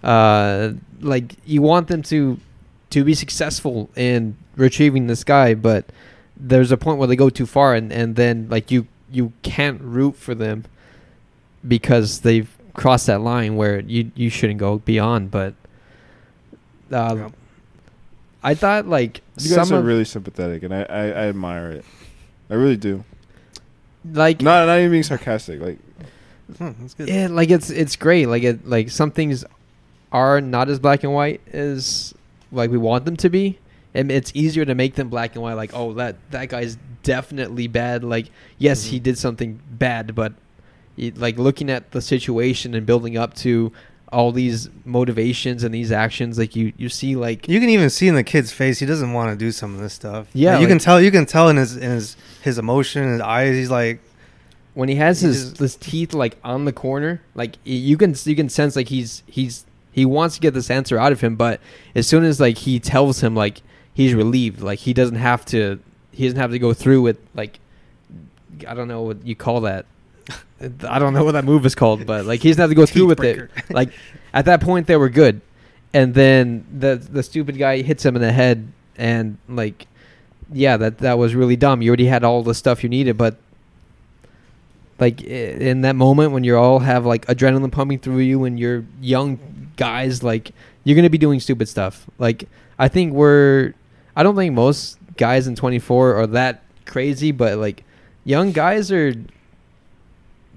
Speaker 3: Uh, like you want them to to be successful in retrieving this guy, but there's a point where they go too far, and and then like you you can't root for them because they've crossed that line where you you shouldn't go beyond. But uh,
Speaker 1: Yep.
Speaker 3: I thought like
Speaker 4: you guys
Speaker 3: some
Speaker 4: are
Speaker 3: of,
Speaker 4: really sympathetic, and I, I, I admire it. I really do.
Speaker 3: like
Speaker 4: Not, not even being sarcastic. Like,
Speaker 1: Hmm, that's good.
Speaker 3: yeah like it's it's great like it like some things are not as black and white as like we want them to be and it's easier to make them black and white like oh that that guy's definitely bad like yes he
Speaker 1: Mhm.
Speaker 3: did something bad but it, like looking at the situation and building up to all these motivations and these actions like you you see like
Speaker 1: You can even see in the kid's face he doesn't want to do some of this stuff.
Speaker 3: Yeah,
Speaker 1: Like, you
Speaker 3: like-
Speaker 1: can tell. You can tell in his in his his emotion, his eyes. He's like,
Speaker 3: when he has
Speaker 1: He
Speaker 3: his
Speaker 1: just-
Speaker 3: his teeth like on the corner, like y- you can you can sense like he's he's he wants to get this answer out of him, but as soon as like he tells him like he's relieved. Like he doesn't have to. He doesn't have to go through with like. I don't know what you call that. I don't know what that move is called, but like he doesn't have to go through with it.
Speaker 1: Teeth-breaker.
Speaker 3: Like at that point they were good, and then the the stupid guy hits him in the head, and like, yeah, that that was really dumb. You already had all the stuff you needed, but like i- in that moment when you all have like adrenaline pumping through you and you're young guys like you're gonna be doing stupid stuff like i think we're i don't think most guys in 24 are that crazy but like young guys are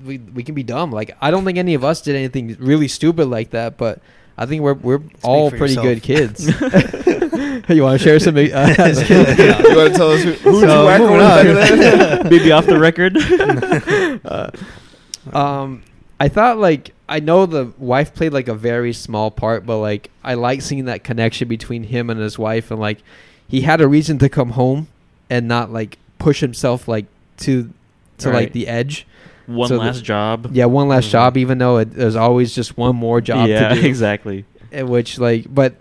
Speaker 3: we, we can be dumb like i don't think any of us did anything really stupid like that but i think we're we're all
Speaker 1: for
Speaker 3: pretty
Speaker 1: yourself.
Speaker 3: good kids you want to share some uh, just kidding.
Speaker 1: Yeah.
Speaker 4: you want to tell us who, who'd
Speaker 3: So,
Speaker 4: you whack
Speaker 3: moving
Speaker 4: on the back of the head?
Speaker 2: Maybe off the record.
Speaker 3: Uh,
Speaker 1: Uh,
Speaker 3: Um, I thought like I know the wife played like a very small part, but like I like seeing that connection between him and his wife, and like he had a reason to come home and not like push himself like to to like
Speaker 2: Right.
Speaker 3: the edge.
Speaker 2: One
Speaker 3: So the-
Speaker 2: last job. Mm-hmm.
Speaker 3: Yeah, one last
Speaker 1: Mhm.
Speaker 3: job, even though it, there's always just one more job.
Speaker 2: Yeah,
Speaker 3: to do,
Speaker 2: exactly.
Speaker 3: eh, Which like, but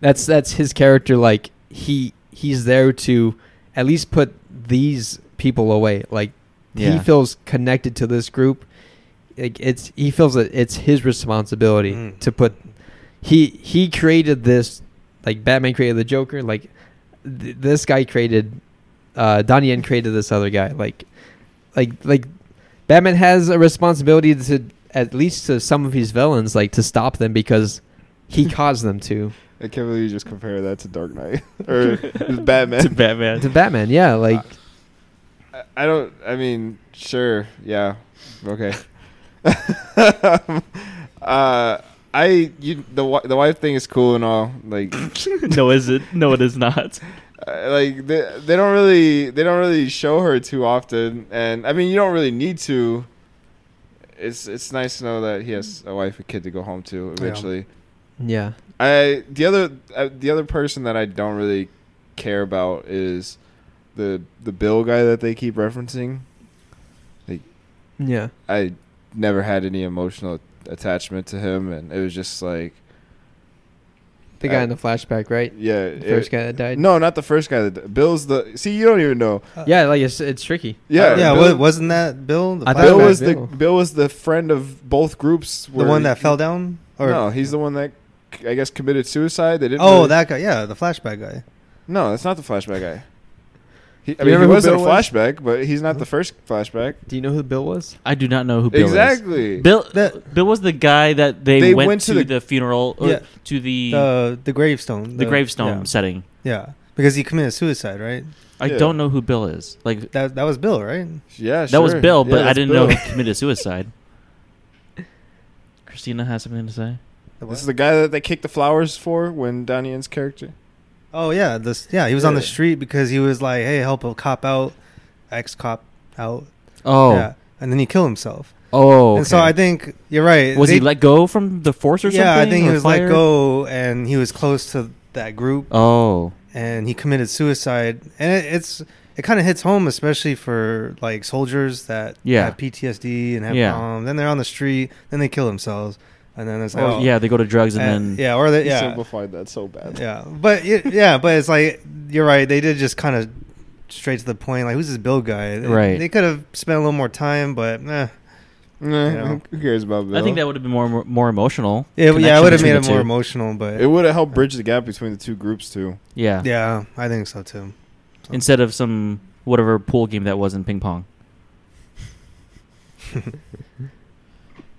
Speaker 3: that's that's his character. Like he he's there to at least put these people away. Like he
Speaker 2: Yeah.
Speaker 3: feels connected to this group. Like it's he feels that it's his responsibility
Speaker 1: Mm.
Speaker 3: to put. He he created this, like Batman created the Joker. Like th- this guy created, uh, Donnie Yen created this other guy. Like, like like, Batman has a responsibility to at least to some of his villains, like to stop them because he caused them to.
Speaker 4: I can't believe you just compare that to Dark Knight or Batman.
Speaker 2: To Batman.
Speaker 3: To Batman, yeah, like
Speaker 4: I- I don't. I mean, sure, yeah, okay. uh, I you the wi- the wife thing is cool and all. Like,
Speaker 2: no, is it? No, it is not.
Speaker 4: uh, like they, they don't really they don't really show her too often, and I mean you don't really need to. It's it's nice to know that he has a wife, a kid to go home to
Speaker 1: Yeah.
Speaker 4: eventually.
Speaker 3: yeah,
Speaker 4: I the other uh, the other person that I don't really care about is the the Bill guy that they keep referencing.
Speaker 3: yeah.
Speaker 4: I never had any emotional attachment to him, and it was just like,
Speaker 3: The guy
Speaker 4: Uh,
Speaker 3: in the flashback, right?
Speaker 4: yeah,
Speaker 3: The first
Speaker 4: it-
Speaker 3: guy that died.
Speaker 4: No, not the first guy. That, Bill's the. See, you don't even know.
Speaker 2: Uh,
Speaker 3: Yeah, like it's it's tricky. Uh,
Speaker 4: Yeah,
Speaker 1: yeah.
Speaker 4: Bill,
Speaker 1: wa- wasn't that Bill? The, fire-
Speaker 3: I thought it
Speaker 4: Bill
Speaker 3: was
Speaker 4: was the
Speaker 3: Bill.
Speaker 4: Bill was the friend of both groups.
Speaker 1: the one that fell down? Or
Speaker 4: no, he's the one that I guess committed suicide. They didn't.
Speaker 1: oh,
Speaker 4: really-
Speaker 1: that guy. Yeah, the flashback guy.
Speaker 4: No, that's not the flashback guy. He, I
Speaker 3: You
Speaker 4: mean,
Speaker 3: remember
Speaker 4: he
Speaker 3: who
Speaker 4: was in a
Speaker 3: Bill was?
Speaker 4: flashback, but he's not the first flashback.
Speaker 3: Do you know who Bill was?
Speaker 2: I do not know who Bill
Speaker 4: exactly.
Speaker 2: is. Bill
Speaker 1: That-
Speaker 2: Bill was the guy that they, went, to, the, funeral or
Speaker 1: Yeah.
Speaker 2: to the the,
Speaker 1: The the gravestone.
Speaker 2: gravestone
Speaker 1: Yeah,
Speaker 2: setting.
Speaker 1: yeah. because he committed suicide, right?
Speaker 2: I
Speaker 4: Yeah.
Speaker 2: don't know who Bill is. Like
Speaker 1: That that was Bill, right?
Speaker 4: Yeah,
Speaker 2: that was
Speaker 4: sure.
Speaker 2: Bill,
Speaker 4: Yeah,
Speaker 2: but I
Speaker 4: that's
Speaker 2: didn't know
Speaker 4: Bill.
Speaker 2: he committed suicide. Christina has something to say.
Speaker 1: The
Speaker 4: This is
Speaker 1: what?
Speaker 4: the guy that they kicked the flowers for when Donnie Yen's character.
Speaker 1: oh yeah, this yeah. He was on the
Speaker 4: Yeah.
Speaker 1: street because he was like, "Hey, help a cop out, ex cop out."
Speaker 2: Oh,
Speaker 1: yeah. and then he killed himself.
Speaker 2: oh.
Speaker 1: And so I think you're right.
Speaker 2: was he
Speaker 1: They-
Speaker 2: let go from the force or something?
Speaker 1: Yeah, I think he
Speaker 2: or
Speaker 1: was let
Speaker 2: fired?
Speaker 1: go, and he was close to that group.
Speaker 2: Oh,
Speaker 1: and he committed suicide and it, it's it kind of hits home especially for like soldiers that
Speaker 2: Yeah.
Speaker 1: have ptsd and have
Speaker 2: Yeah.
Speaker 1: um then they're on the street then they kill themselves and then it's like
Speaker 4: Oh,
Speaker 1: oh,
Speaker 2: yeah. They go to drugs and, then
Speaker 1: yeah or they,
Speaker 4: He
Speaker 1: yeah
Speaker 4: simplified that so bad.
Speaker 1: yeah but it, yeah but it's like you're right they did just kind of straight to the point like who's this bill guy They-
Speaker 2: Right.
Speaker 1: they could have spent a little more time but eh.
Speaker 4: Nah,
Speaker 1: Yeah.
Speaker 4: Who cares about Bill?
Speaker 2: I think that would have been more more emotional.
Speaker 1: it, yeah
Speaker 2: connection
Speaker 1: it would have
Speaker 2: between
Speaker 1: made it
Speaker 2: the
Speaker 1: more
Speaker 2: two.
Speaker 1: emotional but
Speaker 4: it would have helped bridge the gap between the two groups too.
Speaker 2: Yeah.
Speaker 1: yeah i think so too
Speaker 2: Instead of some whatever pool game that was in ping pong.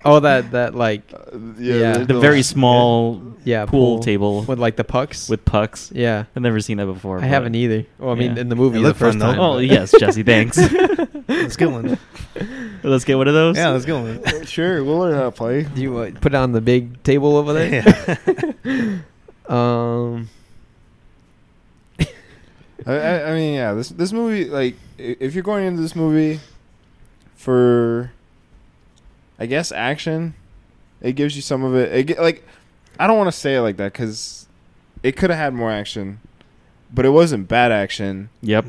Speaker 3: Oh, that that like
Speaker 4: Uh,
Speaker 3: Yeah.
Speaker 2: The very small
Speaker 3: yeah
Speaker 2: pool, table
Speaker 3: with like the pucks.
Speaker 2: with pucks.
Speaker 3: yeah,
Speaker 2: I've never seen that before.
Speaker 3: I
Speaker 2: but-
Speaker 3: haven't either. Well, I mean,
Speaker 2: Yeah.
Speaker 3: in the movie,
Speaker 1: It
Speaker 3: the
Speaker 1: looked
Speaker 3: first
Speaker 1: fun,
Speaker 3: time.
Speaker 1: though.
Speaker 2: Oh
Speaker 3: but-
Speaker 2: yes, Jesse. Thanks.
Speaker 1: let's get one
Speaker 2: Let's get one of those.
Speaker 1: yeah let's get one
Speaker 4: sure, we'll learn how to play.
Speaker 3: Do you uh, put it on the big table over there?
Speaker 1: yeah.
Speaker 3: Um,
Speaker 4: I, I, I mean, yeah, this this movie, like, i- if you're going into this movie for, I guess, action, it gives you some of it. it ge- like, I don't want to say it like that because it could have had more action, but it wasn't bad action.
Speaker 2: Yep.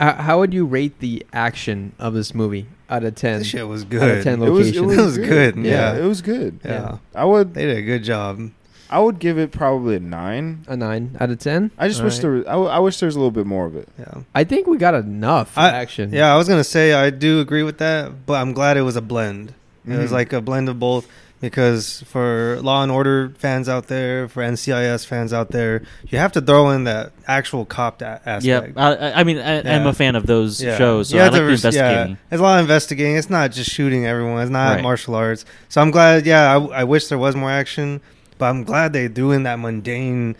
Speaker 3: h- how would you rate the action of this movie out of ten?
Speaker 1: This shit was
Speaker 3: Out of
Speaker 1: good.
Speaker 3: ten
Speaker 4: It was, it
Speaker 3: locations.
Speaker 4: was
Speaker 1: That was good,
Speaker 4: Yeah,
Speaker 1: yeah.
Speaker 4: it was good.
Speaker 1: yeah.
Speaker 4: I would
Speaker 1: They did a good job.
Speaker 4: I would give it probably a nine.
Speaker 3: A nine out of ten.
Speaker 4: I just
Speaker 3: All
Speaker 4: wish
Speaker 3: right.
Speaker 4: there. Was, I, w- I wish there was a little bit more of it.
Speaker 1: Yeah.
Speaker 3: I think we got enough
Speaker 1: I-
Speaker 3: action.
Speaker 1: Yeah, I was gonna say I do agree with that, but I'm glad it was a blend. It was
Speaker 4: Mhm.
Speaker 1: like a blend of both because for Law and Order fans out there, for NCIS fans out there, you have to throw in that actual cop a- aspect.
Speaker 2: Yeah, I, I- I mean, I, I'm
Speaker 1: Yeah.
Speaker 2: a fan of those
Speaker 1: Yeah.
Speaker 2: shows, so
Speaker 1: You
Speaker 2: I
Speaker 1: have
Speaker 2: like
Speaker 1: to
Speaker 2: the
Speaker 1: res-
Speaker 2: investigating.
Speaker 1: It's a lot of investigating. It's not just shooting everyone. It's not
Speaker 2: Right.
Speaker 1: martial arts. So I'm glad. Yeah, I, I wish there was more action, but I'm glad they do in that mundane.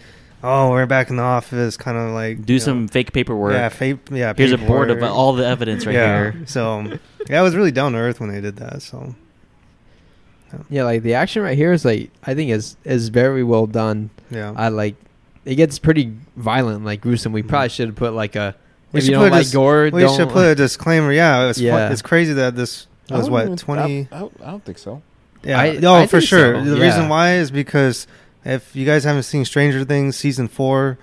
Speaker 1: Oh, we're back in the office, kind of like
Speaker 2: Do
Speaker 1: you know,
Speaker 2: some fake paperwork.
Speaker 1: Yeah, fa- yeah.
Speaker 2: Here's a board of
Speaker 1: paperwork.
Speaker 2: all the evidence right
Speaker 1: yeah.
Speaker 2: here.
Speaker 1: So yeah, it was really down to earth when they did that. So
Speaker 3: Yeah, like the action right here is like I think is is very well done.
Speaker 1: yeah,
Speaker 3: I like it gets pretty violent, like gruesome. We probably should have put like a
Speaker 1: Mm-hmm. We
Speaker 3: if
Speaker 1: should
Speaker 3: you
Speaker 1: put
Speaker 3: don't
Speaker 1: a
Speaker 3: like
Speaker 1: dis-
Speaker 3: gore,
Speaker 1: we
Speaker 3: don't
Speaker 1: should put a disclaimer. Yeah, it's fu-
Speaker 3: Yeah.
Speaker 1: it's crazy that this
Speaker 4: I
Speaker 1: was
Speaker 4: wouldn't
Speaker 1: what
Speaker 4: even-
Speaker 1: twenty.
Speaker 4: I, I, I don't think so.
Speaker 1: Yeah,
Speaker 3: I-
Speaker 1: no,
Speaker 3: I
Speaker 1: oh, for
Speaker 3: think
Speaker 1: sure.
Speaker 3: so,
Speaker 1: The
Speaker 3: yeah.
Speaker 1: reason why is because if you guys haven't seen Stranger Things season four,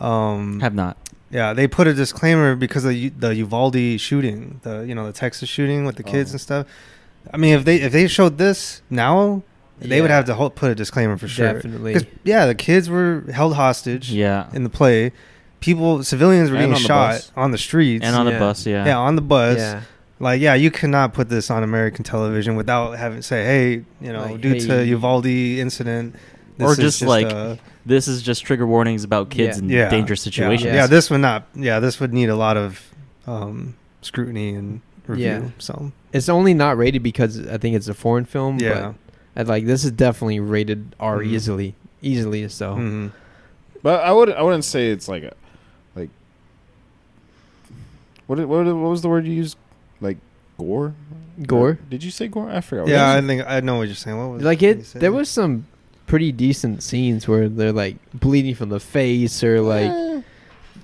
Speaker 1: um,
Speaker 2: Have not.
Speaker 1: yeah, they put a disclaimer because of the, the Uvalde shooting, the you know the Texas shooting with the kids
Speaker 4: Oh.
Speaker 1: and stuff. I mean, if they if they showed this now, they would
Speaker 3: Yeah.
Speaker 1: have to ho- put a disclaimer for sure.
Speaker 3: definitely.
Speaker 1: 'Cause, yeah, the kids were held hostage.
Speaker 2: Yeah,
Speaker 1: in the play, people civilians were
Speaker 4: And
Speaker 1: getting
Speaker 4: on the
Speaker 1: shot
Speaker 4: bus.
Speaker 1: on the streets
Speaker 2: and on the
Speaker 3: yeah.
Speaker 2: bus.
Speaker 1: yeah.
Speaker 2: Yeah,
Speaker 1: on the bus.
Speaker 3: Yeah.
Speaker 1: Like yeah, you cannot put this on American television without having say hey you know
Speaker 3: Like,
Speaker 1: due to
Speaker 3: hey.
Speaker 1: Uvalde incident.
Speaker 2: Or
Speaker 1: is
Speaker 2: just, like,
Speaker 1: uh,
Speaker 2: this is just trigger warnings about kids
Speaker 3: Yeah.
Speaker 2: in
Speaker 1: yeah,
Speaker 2: dangerous
Speaker 1: yeah.
Speaker 2: situations.
Speaker 1: Yeah. this would not. Yeah, this would need a lot of um, scrutiny and review.
Speaker 3: Yeah.
Speaker 1: So
Speaker 3: It's only not rated because I think it's a foreign film.
Speaker 1: yeah,
Speaker 3: but uh, like this is definitely rated R
Speaker 1: Mhm.
Speaker 3: easily, easily. So
Speaker 1: Mhm.
Speaker 4: But I would. I wouldn't say it's like a, like. What did- what did- what was the word you used? Like gore.
Speaker 3: gore,
Speaker 4: Did you say gore? I forgot. what
Speaker 1: yeah,
Speaker 4: you
Speaker 1: I
Speaker 4: said.
Speaker 1: think I know what you're saying. What was
Speaker 3: like
Speaker 1: what you
Speaker 3: it.
Speaker 1: said?
Speaker 3: There was some pretty decent scenes where they're like bleeding from the face or like.
Speaker 4: Eh.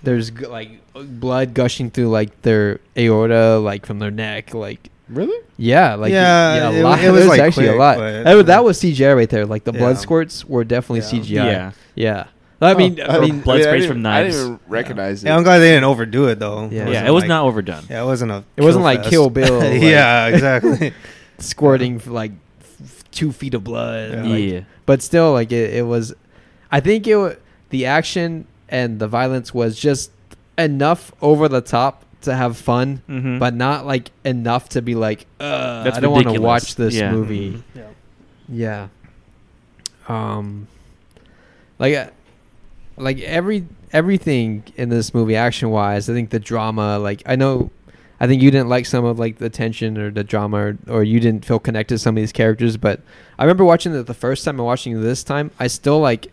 Speaker 3: there's g- like blood gushing through like their aorta, like from their neck, like
Speaker 4: really.
Speaker 3: yeah, like
Speaker 1: Yeah,
Speaker 3: a
Speaker 1: it-
Speaker 3: lot.
Speaker 1: it was,
Speaker 3: There's
Speaker 1: like,
Speaker 3: actually
Speaker 1: quick,
Speaker 3: a lot.
Speaker 1: but-
Speaker 3: That, was- that was CGI right there. Like the blood
Speaker 1: Yeah.
Speaker 3: squirts were definitely
Speaker 1: Yeah.
Speaker 3: CGI. Yeah,
Speaker 2: Yeah.
Speaker 3: I mean,
Speaker 4: Oh,
Speaker 3: I mean,
Speaker 2: blood
Speaker 4: I
Speaker 2: sprays
Speaker 4: didn't-
Speaker 2: from
Speaker 4: I
Speaker 2: knives.
Speaker 4: didn't even recognize
Speaker 1: Yeah, I'm
Speaker 4: it.
Speaker 1: glad they didn't overdo it though.
Speaker 3: Yeah.
Speaker 2: Yeah,
Speaker 1: wasn't
Speaker 2: it was
Speaker 1: like-
Speaker 2: not overdone.
Speaker 1: Yeah, it wasn't a.
Speaker 3: it wasn't
Speaker 1: kill
Speaker 3: like
Speaker 1: fest.
Speaker 3: Kill Bill. like,
Speaker 1: yeah, exactly.
Speaker 3: squirting f- like f- two feet of blood.
Speaker 1: Yeah.
Speaker 2: Yeah,
Speaker 3: like- but still, like it, it was. I think it wa the action and the violence was just enough over the top to have fun
Speaker 2: Mhm.
Speaker 3: but not like enough to be like, uh,
Speaker 2: That's
Speaker 3: I don't want to
Speaker 2: ridiculous.
Speaker 3: watch this
Speaker 2: Yeah.
Speaker 3: movie.
Speaker 1: Yeah.
Speaker 3: Yeah. Um, like, uh, like every everything in this movie, action wise, I think the drama. Like, I know, I think you didn't like some of like the tension or the drama, or, or you didn't feel connected to some of these characters. But I remember watching it the first time and watching it this time. I still like,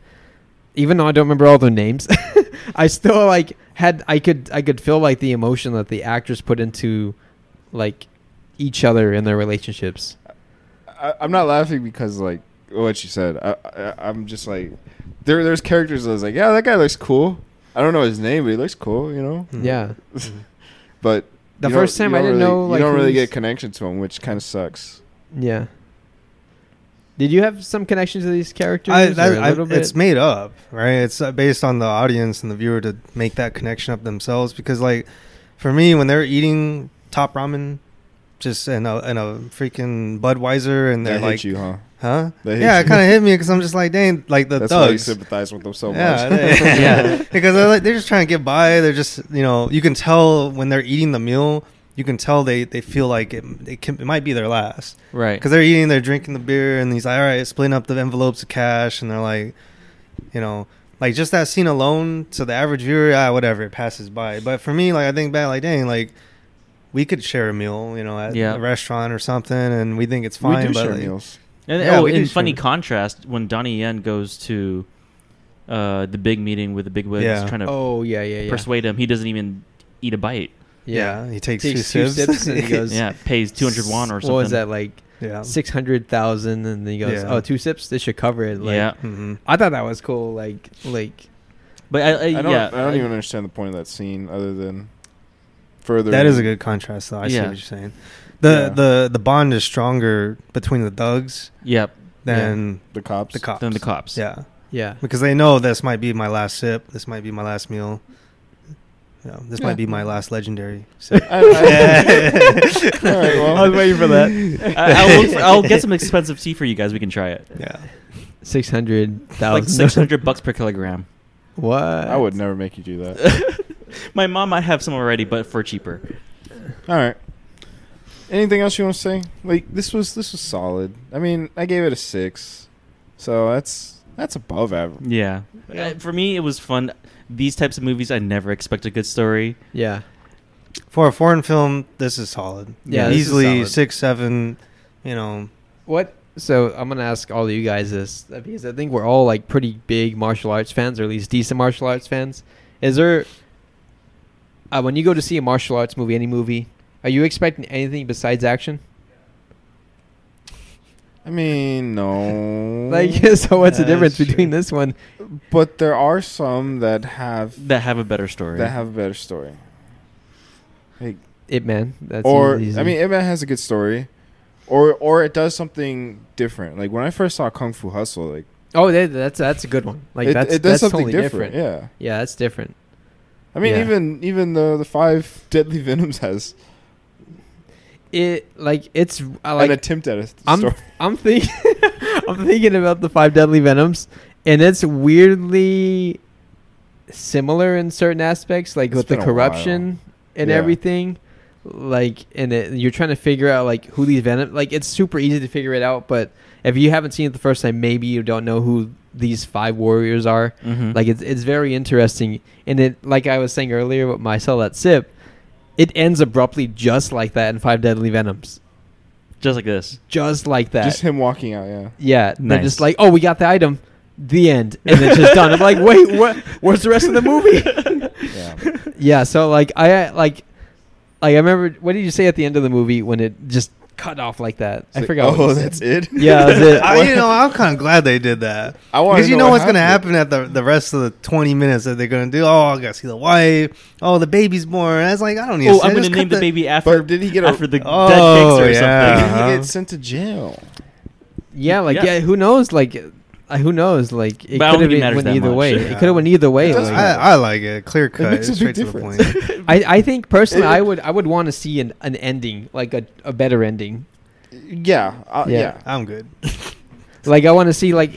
Speaker 3: even though I don't remember all their names, I still like had I could I could feel like the emotion that the actors put into like each other and their relationships.
Speaker 4: I, I'm not laughing because like what you said. I, I I'm just like there. There's characters that was like, yeah, that guy looks cool. I don't know his name, but he looks cool. You know.
Speaker 1: Mhm.
Speaker 3: Yeah.
Speaker 4: But
Speaker 3: The
Speaker 4: you don't-
Speaker 3: first time
Speaker 4: you
Speaker 3: I
Speaker 4: don't
Speaker 3: didn't
Speaker 4: really-
Speaker 3: know, like,
Speaker 4: you don't really
Speaker 3: who's-
Speaker 4: get connection to him, which kind of sucks.
Speaker 3: Yeah. Did you have some connection to these characters?
Speaker 1: I, that,
Speaker 3: or a
Speaker 1: I,
Speaker 3: little bit?
Speaker 1: it's made up, right? It's uh, based on the audience and the viewer to make that connection up themselves. Because, like, for me, when they're eating top ramen, just in a in a freaking Budweiser, and
Speaker 4: They
Speaker 1: they're
Speaker 4: hate
Speaker 1: like,
Speaker 4: you, huh?
Speaker 1: huh?
Speaker 4: They hate
Speaker 1: yeah,
Speaker 4: you.
Speaker 1: it kind of hit me because I'm just like, dang, like the
Speaker 4: That's why you
Speaker 1: thugs.
Speaker 4: sympathize with them so
Speaker 1: yeah,
Speaker 4: much.
Speaker 1: they-
Speaker 2: Yeah.
Speaker 1: because they're like they're just trying to get by. They're just you know you can tell when they're eating the meal, you can tell they they feel like it it, can, it might be their last.
Speaker 2: right.
Speaker 1: because they're eating, they're drinking the beer, and he's like, "All right, splitting up the envelopes of cash," and they're like, you know, like just that scene alone to the average viewer, ah, whatever, it passes by. But for me, like I think back, like dang, like we could share a meal, you know, at
Speaker 2: Yeah.
Speaker 1: a restaurant or something, and we think it's fine.
Speaker 4: we do
Speaker 1: but
Speaker 4: share
Speaker 1: like-
Speaker 4: meals.
Speaker 2: And
Speaker 1: Yeah,
Speaker 2: oh,
Speaker 1: we
Speaker 2: in
Speaker 1: did
Speaker 2: funny
Speaker 1: shoot.
Speaker 2: contrast, when Donnie Yen goes to uh, the big meeting with the big wigs,
Speaker 1: Yeah.
Speaker 2: trying to
Speaker 3: oh yeah, yeah, yeah.
Speaker 2: persuade him, he doesn't even eat a bite.
Speaker 1: yeah. he takes, two,
Speaker 3: Takes two
Speaker 1: sips.
Speaker 3: sips and he goes-
Speaker 2: Yeah, pays two hundred won or something.
Speaker 3: What was that like?
Speaker 1: yeah,
Speaker 3: Six hundred thousand, and then he goes,
Speaker 1: Yeah.
Speaker 3: "Oh, two sips. This should cover it." Like,
Speaker 2: yeah,
Speaker 1: hmm
Speaker 3: I thought that was cool. Like, like
Speaker 2: but I, I,
Speaker 4: I don't.
Speaker 2: Uh, yeah,
Speaker 4: I don't even understand the point of that scene, other than further.
Speaker 1: That is a good contrast, though. I see
Speaker 2: Yeah.
Speaker 1: what you're saying. The
Speaker 4: Yeah.
Speaker 1: the the bond is stronger between the thugs
Speaker 2: yeah.
Speaker 1: than
Speaker 4: The cops.
Speaker 1: the cops.
Speaker 2: Then the cops.
Speaker 1: Yeah.
Speaker 3: yeah,
Speaker 1: because they know this might be my last sip. This might be my last meal. Yeah, this
Speaker 4: Yeah.
Speaker 1: might be my last legendary. Sip.
Speaker 4: I- I-
Speaker 1: Yeah.
Speaker 4: All right, well.
Speaker 2: I was waiting for that. I, I will, I'll get some expensive tea for you guys. We can try it.
Speaker 1: yeah,
Speaker 3: six hundred thousand.
Speaker 2: like six hundred bucks per kilogram.
Speaker 3: What?
Speaker 4: I would never make you do that.
Speaker 2: My mom might have some already, but for cheaper.
Speaker 4: All right. Anything else you want to say? Like this was this was solid. I mean, I gave it a six, so that's that's above average.
Speaker 2: Yeah. Uh, For me, it was fun. These types of movies, I never expect a good story.
Speaker 3: Yeah.
Speaker 1: For a foreign film, this is solid.
Speaker 3: Yeah, this is
Speaker 1: easily
Speaker 3: solid.
Speaker 1: six, seven. You know,
Speaker 3: What? So I'm gonna ask all of you guys this uh, because I think we're all like pretty big martial arts fans, or at least decent martial arts fans. Is there uh, when you go to see a martial arts movie, any movie, are you expecting anything besides action?
Speaker 4: I mean, no.
Speaker 3: Like, so what's the
Speaker 1: Yeah, that's
Speaker 3: difference
Speaker 1: true.
Speaker 3: between this one?
Speaker 4: but there are some that have
Speaker 2: That have a better story.
Speaker 4: that have a better story. Like,
Speaker 3: It Man. That's
Speaker 4: or
Speaker 3: easy.
Speaker 4: I mean, Ip Man has a good story, or or it does something different. Like when I first saw Kung Fu Hustle, like,
Speaker 3: oh, that, that's that's a good one. Like
Speaker 4: it,
Speaker 3: that's
Speaker 4: it does
Speaker 3: that's
Speaker 4: something
Speaker 3: totally
Speaker 4: different.
Speaker 3: different.
Speaker 4: Yeah,
Speaker 3: Yeah, that's different.
Speaker 4: I mean,
Speaker 3: Yeah.
Speaker 4: even even the the five Deadly Venoms has
Speaker 3: It like it's I like
Speaker 4: an attempt at a st-
Speaker 3: I'm
Speaker 4: story.
Speaker 3: I'm thinking I'm thinking about the five deadly venoms, and it's weirdly similar in certain aspects, like
Speaker 4: It's
Speaker 3: with the
Speaker 4: been a while.
Speaker 3: corruption and
Speaker 4: Yeah.
Speaker 3: everything. Like, and it, you're trying to figure out like who these venom. Like, it's super easy to figure it out, but if you haven't seen it the first time, maybe you don't know who these five warriors are.
Speaker 4: Mm-hmm.
Speaker 2: Mhm.
Speaker 3: Like, it's it's very interesting, and it like I was saying earlier with my cell at sip, it ends abruptly just like that in Five Deadly Venoms,
Speaker 2: Just like this.
Speaker 3: just like that.
Speaker 4: Just him walking out. Yeah.
Speaker 3: Yeah, they're just
Speaker 2: Nice.
Speaker 3: like, oh, we got the item, the end, and it's just done. I'm like, wait, what? Where's the rest of the movie?
Speaker 4: Yeah.
Speaker 3: yeah, so like I uh, like, like I remember. What did you say at the end of the movie when it just cut off like that? I
Speaker 4: Like,
Speaker 3: forgot.
Speaker 4: Oh,
Speaker 3: what you
Speaker 4: that's
Speaker 3: said.
Speaker 4: it.
Speaker 3: Yeah, that's it.
Speaker 1: I, you know, I'm kind of glad they did that.
Speaker 4: I wanna
Speaker 1: because you
Speaker 4: know
Speaker 1: know,
Speaker 4: what
Speaker 1: what's going to
Speaker 4: happened.
Speaker 1: happen at the the rest of the 20 minutes that they're going to do. Oh, I got to see the wife. Oh, the baby's born. And it's like I don't need.
Speaker 2: Oh,
Speaker 1: to
Speaker 2: I'm
Speaker 1: going
Speaker 2: gonna
Speaker 1: to
Speaker 2: name the baby after.
Speaker 4: But did he get a?
Speaker 2: after the
Speaker 1: Oh,
Speaker 2: dead kicks or
Speaker 1: yeah.
Speaker 2: something.
Speaker 4: did he
Speaker 1: Uh-huh.
Speaker 4: get sent to jail?
Speaker 3: Yeah, like
Speaker 2: Yeah.
Speaker 3: yeah. who knows? Like, uh, who knows? Like, it
Speaker 2: But I don't
Speaker 3: could have
Speaker 2: think it matters
Speaker 3: went
Speaker 2: that
Speaker 3: either
Speaker 2: much.
Speaker 3: way. It
Speaker 1: Yeah.
Speaker 3: could have went either way.
Speaker 4: It does
Speaker 3: like-
Speaker 4: matter.
Speaker 1: I, I like it. Clear cut.
Speaker 4: makes a
Speaker 1: straight
Speaker 4: big
Speaker 1: to the
Speaker 4: difference.
Speaker 1: point.
Speaker 3: I, I think personally,
Speaker 4: It-
Speaker 3: I would I would want to see an, an ending, like a, a better ending.
Speaker 4: Yeah. Uh,
Speaker 3: Yeah.
Speaker 4: yeah.
Speaker 1: I'm good.
Speaker 3: Like I want to see like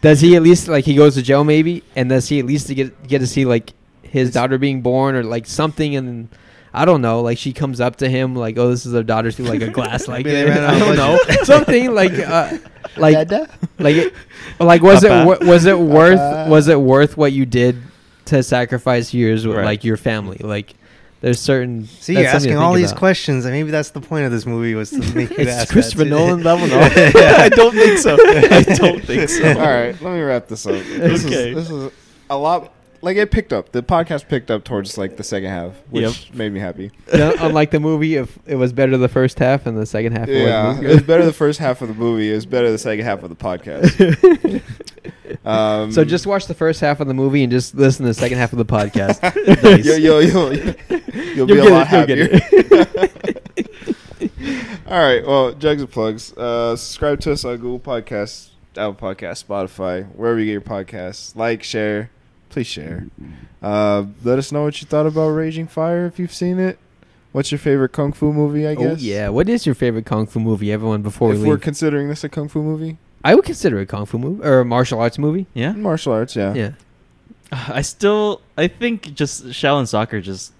Speaker 3: does he at least like he goes to jail maybe and does he at least to get get to see like his daughter being born or like something and I don't know like she comes up to him like oh this is her daughter through like a glass like
Speaker 1: Maybe they ran out
Speaker 3: I
Speaker 1: of
Speaker 3: don't know
Speaker 1: budget.
Speaker 3: something like uh, like
Speaker 4: Dada?
Speaker 3: like it, like was it
Speaker 2: Papa.
Speaker 3: wor- was it worth
Speaker 4: Papa.
Speaker 3: was it worth what you did to sacrifice years with
Speaker 2: Right.
Speaker 3: like your family like there's certain
Speaker 1: See,
Speaker 3: that's
Speaker 1: you're
Speaker 3: something to
Speaker 1: asking all
Speaker 3: think
Speaker 1: these
Speaker 3: about.
Speaker 1: questions, and maybe that's the point of this movie was to make you
Speaker 3: It's
Speaker 1: ask. that
Speaker 3: Christopher
Speaker 1: too.
Speaker 3: Nolan level, no?
Speaker 2: I don't think so. I don't think so.
Speaker 4: All right, let me wrap this up. This
Speaker 2: Okay.
Speaker 4: Is, this is a lot. Like it picked up. The podcast picked up towards like the second half, which made me happy.
Speaker 3: Yeah, unlike the movie if it was better the first half and the second half
Speaker 4: Yeah,
Speaker 3: wasn't
Speaker 4: it
Speaker 3: as
Speaker 4: was
Speaker 3: good.
Speaker 4: better the first half of the movie. It was better the second half of the podcast. Um,
Speaker 3: So just watch the first half of the movie and just listen to the second half of the podcast.
Speaker 2: Nice.
Speaker 4: You'll, you'll, you'll, you'll,
Speaker 3: You'll
Speaker 4: be
Speaker 3: get
Speaker 4: a
Speaker 3: it,
Speaker 4: lot
Speaker 3: you'll get
Speaker 4: happier. All right. Well, jugs and plugs. Uh, subscribe to us on Google Podcasts, Apple Podcasts, Spotify, wherever you get your podcasts. Like, share. Please share. Uh, let us know what you thought about Raging Fire if you've seen it. What's your favorite kung fu movie? I
Speaker 3: oh
Speaker 4: guess.
Speaker 3: yeah, what is your favorite kung fu movie, everyone? Before
Speaker 4: If
Speaker 3: we
Speaker 4: we're
Speaker 3: leave,
Speaker 4: considering this a kung fu movie,
Speaker 3: I would consider a kung fu movie or a martial arts movie.
Speaker 2: Yeah.
Speaker 4: martial arts. Yeah.
Speaker 3: Yeah,
Speaker 2: I still, I think just Shaolin Soccer just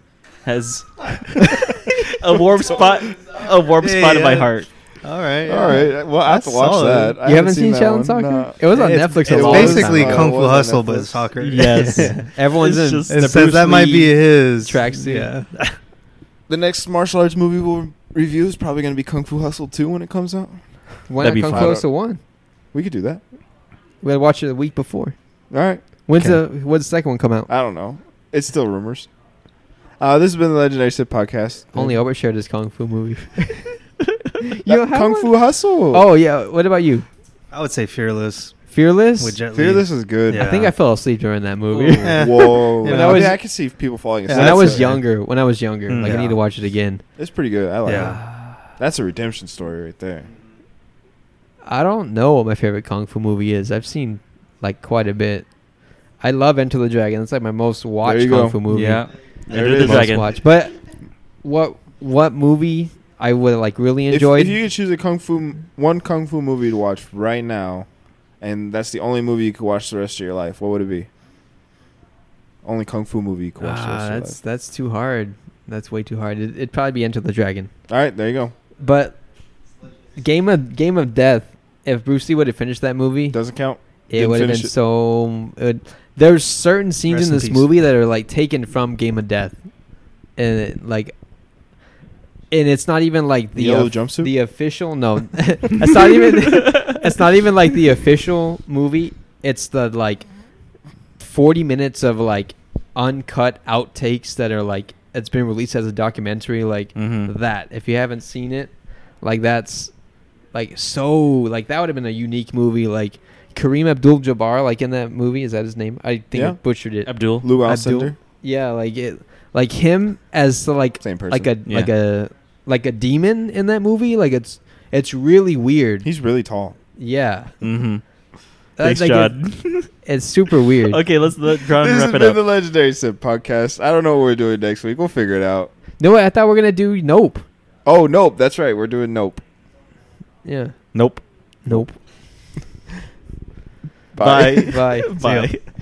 Speaker 2: has a warm spot, a warm
Speaker 1: Yeah,
Speaker 2: spot in my
Speaker 1: yeah.
Speaker 2: heart.
Speaker 1: All right.
Speaker 4: All right. Well, I have to
Speaker 1: That's
Speaker 4: watch
Speaker 1: solid.
Speaker 4: that. I
Speaker 3: you haven't seen
Speaker 4: that
Speaker 3: Shaolin
Speaker 4: one.
Speaker 3: Soccer?
Speaker 4: No.
Speaker 3: It was on
Speaker 1: It's-
Speaker 3: Netflix a
Speaker 1: It's
Speaker 3: long time
Speaker 1: basically
Speaker 3: ago.
Speaker 1: Kung
Speaker 4: It
Speaker 1: Fu
Speaker 4: was on
Speaker 1: Hustle, but
Speaker 4: Netflix.
Speaker 1: it's soccer.
Speaker 2: Yes.
Speaker 3: everyone's
Speaker 2: It's
Speaker 3: in.
Speaker 2: just-
Speaker 3: the
Speaker 1: It
Speaker 3: Bruce
Speaker 1: says that might be
Speaker 3: Lee-
Speaker 1: his
Speaker 3: tracksuit.
Speaker 1: Yeah.
Speaker 4: The next martial arts movie we'll review is probably going to be Kung Fu Hustle 2 when it comes out.
Speaker 3: Why
Speaker 2: That'd
Speaker 3: not
Speaker 2: be
Speaker 3: Kung
Speaker 2: fun.
Speaker 3: Fu Hustle one?
Speaker 4: We could do that.
Speaker 3: We had to watch it the week before.
Speaker 4: All right.
Speaker 3: When's
Speaker 2: Okay.
Speaker 3: the when's the second one come out?
Speaker 4: I don't know. It's still rumors. Uh, this has been the Legendary Sip Podcast.
Speaker 3: Only Albert shared his kung fu movie.
Speaker 4: That-
Speaker 3: Yo, how
Speaker 4: Kung
Speaker 3: am I-
Speaker 4: Fu Hustle.
Speaker 3: Oh yeah. What about you?
Speaker 1: I would say Fearless
Speaker 3: Fearless.
Speaker 1: with Jet Li.
Speaker 4: Fearless is good.
Speaker 1: Yeah.
Speaker 3: I think I fell asleep during that movie.
Speaker 2: Ooh.
Speaker 1: Yeah.
Speaker 4: Whoa.
Speaker 1: When
Speaker 4: yeah.
Speaker 1: I
Speaker 4: I,
Speaker 3: was-
Speaker 4: mean, I can see people falling asleep.
Speaker 3: when I
Speaker 1: that's
Speaker 3: was
Speaker 1: it.
Speaker 3: younger, when I was younger,
Speaker 1: Mm.
Speaker 3: like I
Speaker 1: Yeah.
Speaker 3: need to watch it again.
Speaker 4: It's pretty good. I like
Speaker 1: Yeah.
Speaker 4: it. That's a redemption story right there.
Speaker 3: I don't know what my favorite kung fu movie is. I've seen like quite a bit. I love Enter the Dragon. It's like my most watched
Speaker 4: you
Speaker 3: kung
Speaker 4: go.
Speaker 3: fu movie.
Speaker 2: Yeah.
Speaker 4: There
Speaker 2: Enter
Speaker 4: it
Speaker 2: the
Speaker 4: is.
Speaker 3: most
Speaker 2: Dragon.
Speaker 3: watched. But what what movie I would like really
Speaker 4: If-
Speaker 3: enjoyed?
Speaker 4: If, you could choose a kung fu m- one kung fu movie to watch right now, and that's the only movie you could watch the rest of your life, what would it be? Only kung fu movie you could watch the rest
Speaker 3: Ah,
Speaker 4: of your
Speaker 3: that's that's too hard. That's way too hard. It, it'd probably be Enter the Dragon.
Speaker 4: life. All right, there you go.
Speaker 3: But Game of Game of Death. If Bruce Lee would have finished that movie,
Speaker 4: Doesn't count.
Speaker 3: it
Speaker 4: didn't
Speaker 3: would have
Speaker 4: finish
Speaker 3: been
Speaker 4: it.
Speaker 3: so. It would, there's certain scenes
Speaker 1: Rest
Speaker 3: in
Speaker 1: in
Speaker 3: this
Speaker 1: peace.
Speaker 3: movie that are like taken from Game of Death, and it, like, and it's not even like the
Speaker 4: Yellow
Speaker 3: of-
Speaker 4: jumpsuit?
Speaker 3: The uh, official no, it's not even. it's not even like the official movie. It's the like forty minutes of like uncut outtakes that are like it's been released as a documentary like
Speaker 4: Mm-hmm.
Speaker 2: Mhm.
Speaker 3: that. If you haven't seen it, like that's like so like that would have been a unique movie like Kareem Abdul-Jabbar like in that movie is that his name? I think I
Speaker 4: Yeah.
Speaker 3: butchered it.
Speaker 2: Abdul.
Speaker 4: Lou
Speaker 3: Abdul.
Speaker 4: Alcindor,
Speaker 3: yeah, like it like him as the, like
Speaker 4: same person.
Speaker 3: like a
Speaker 2: Yeah.
Speaker 3: like a like a demon in that movie like it's it's really weird.
Speaker 4: He's really tall.
Speaker 3: yeah.
Speaker 2: Mm-hmm.
Speaker 3: Uh,
Speaker 2: Thanks,
Speaker 3: like,
Speaker 2: John.
Speaker 3: It's, it's super weird.
Speaker 2: okay, let's let John
Speaker 4: this has
Speaker 2: wrap
Speaker 4: been
Speaker 2: it up.
Speaker 4: the Legendary Sip podcast. I don't know what we're doing next week. We'll figure it out.
Speaker 3: No, I thought we are gonna do Nope.
Speaker 4: Oh, nope. That's right. We're doing nope.
Speaker 3: Yeah.
Speaker 2: nope.
Speaker 3: Nope.
Speaker 4: Bye.
Speaker 2: Bye.
Speaker 3: Bye.
Speaker 1: See ya.
Speaker 2: Bye.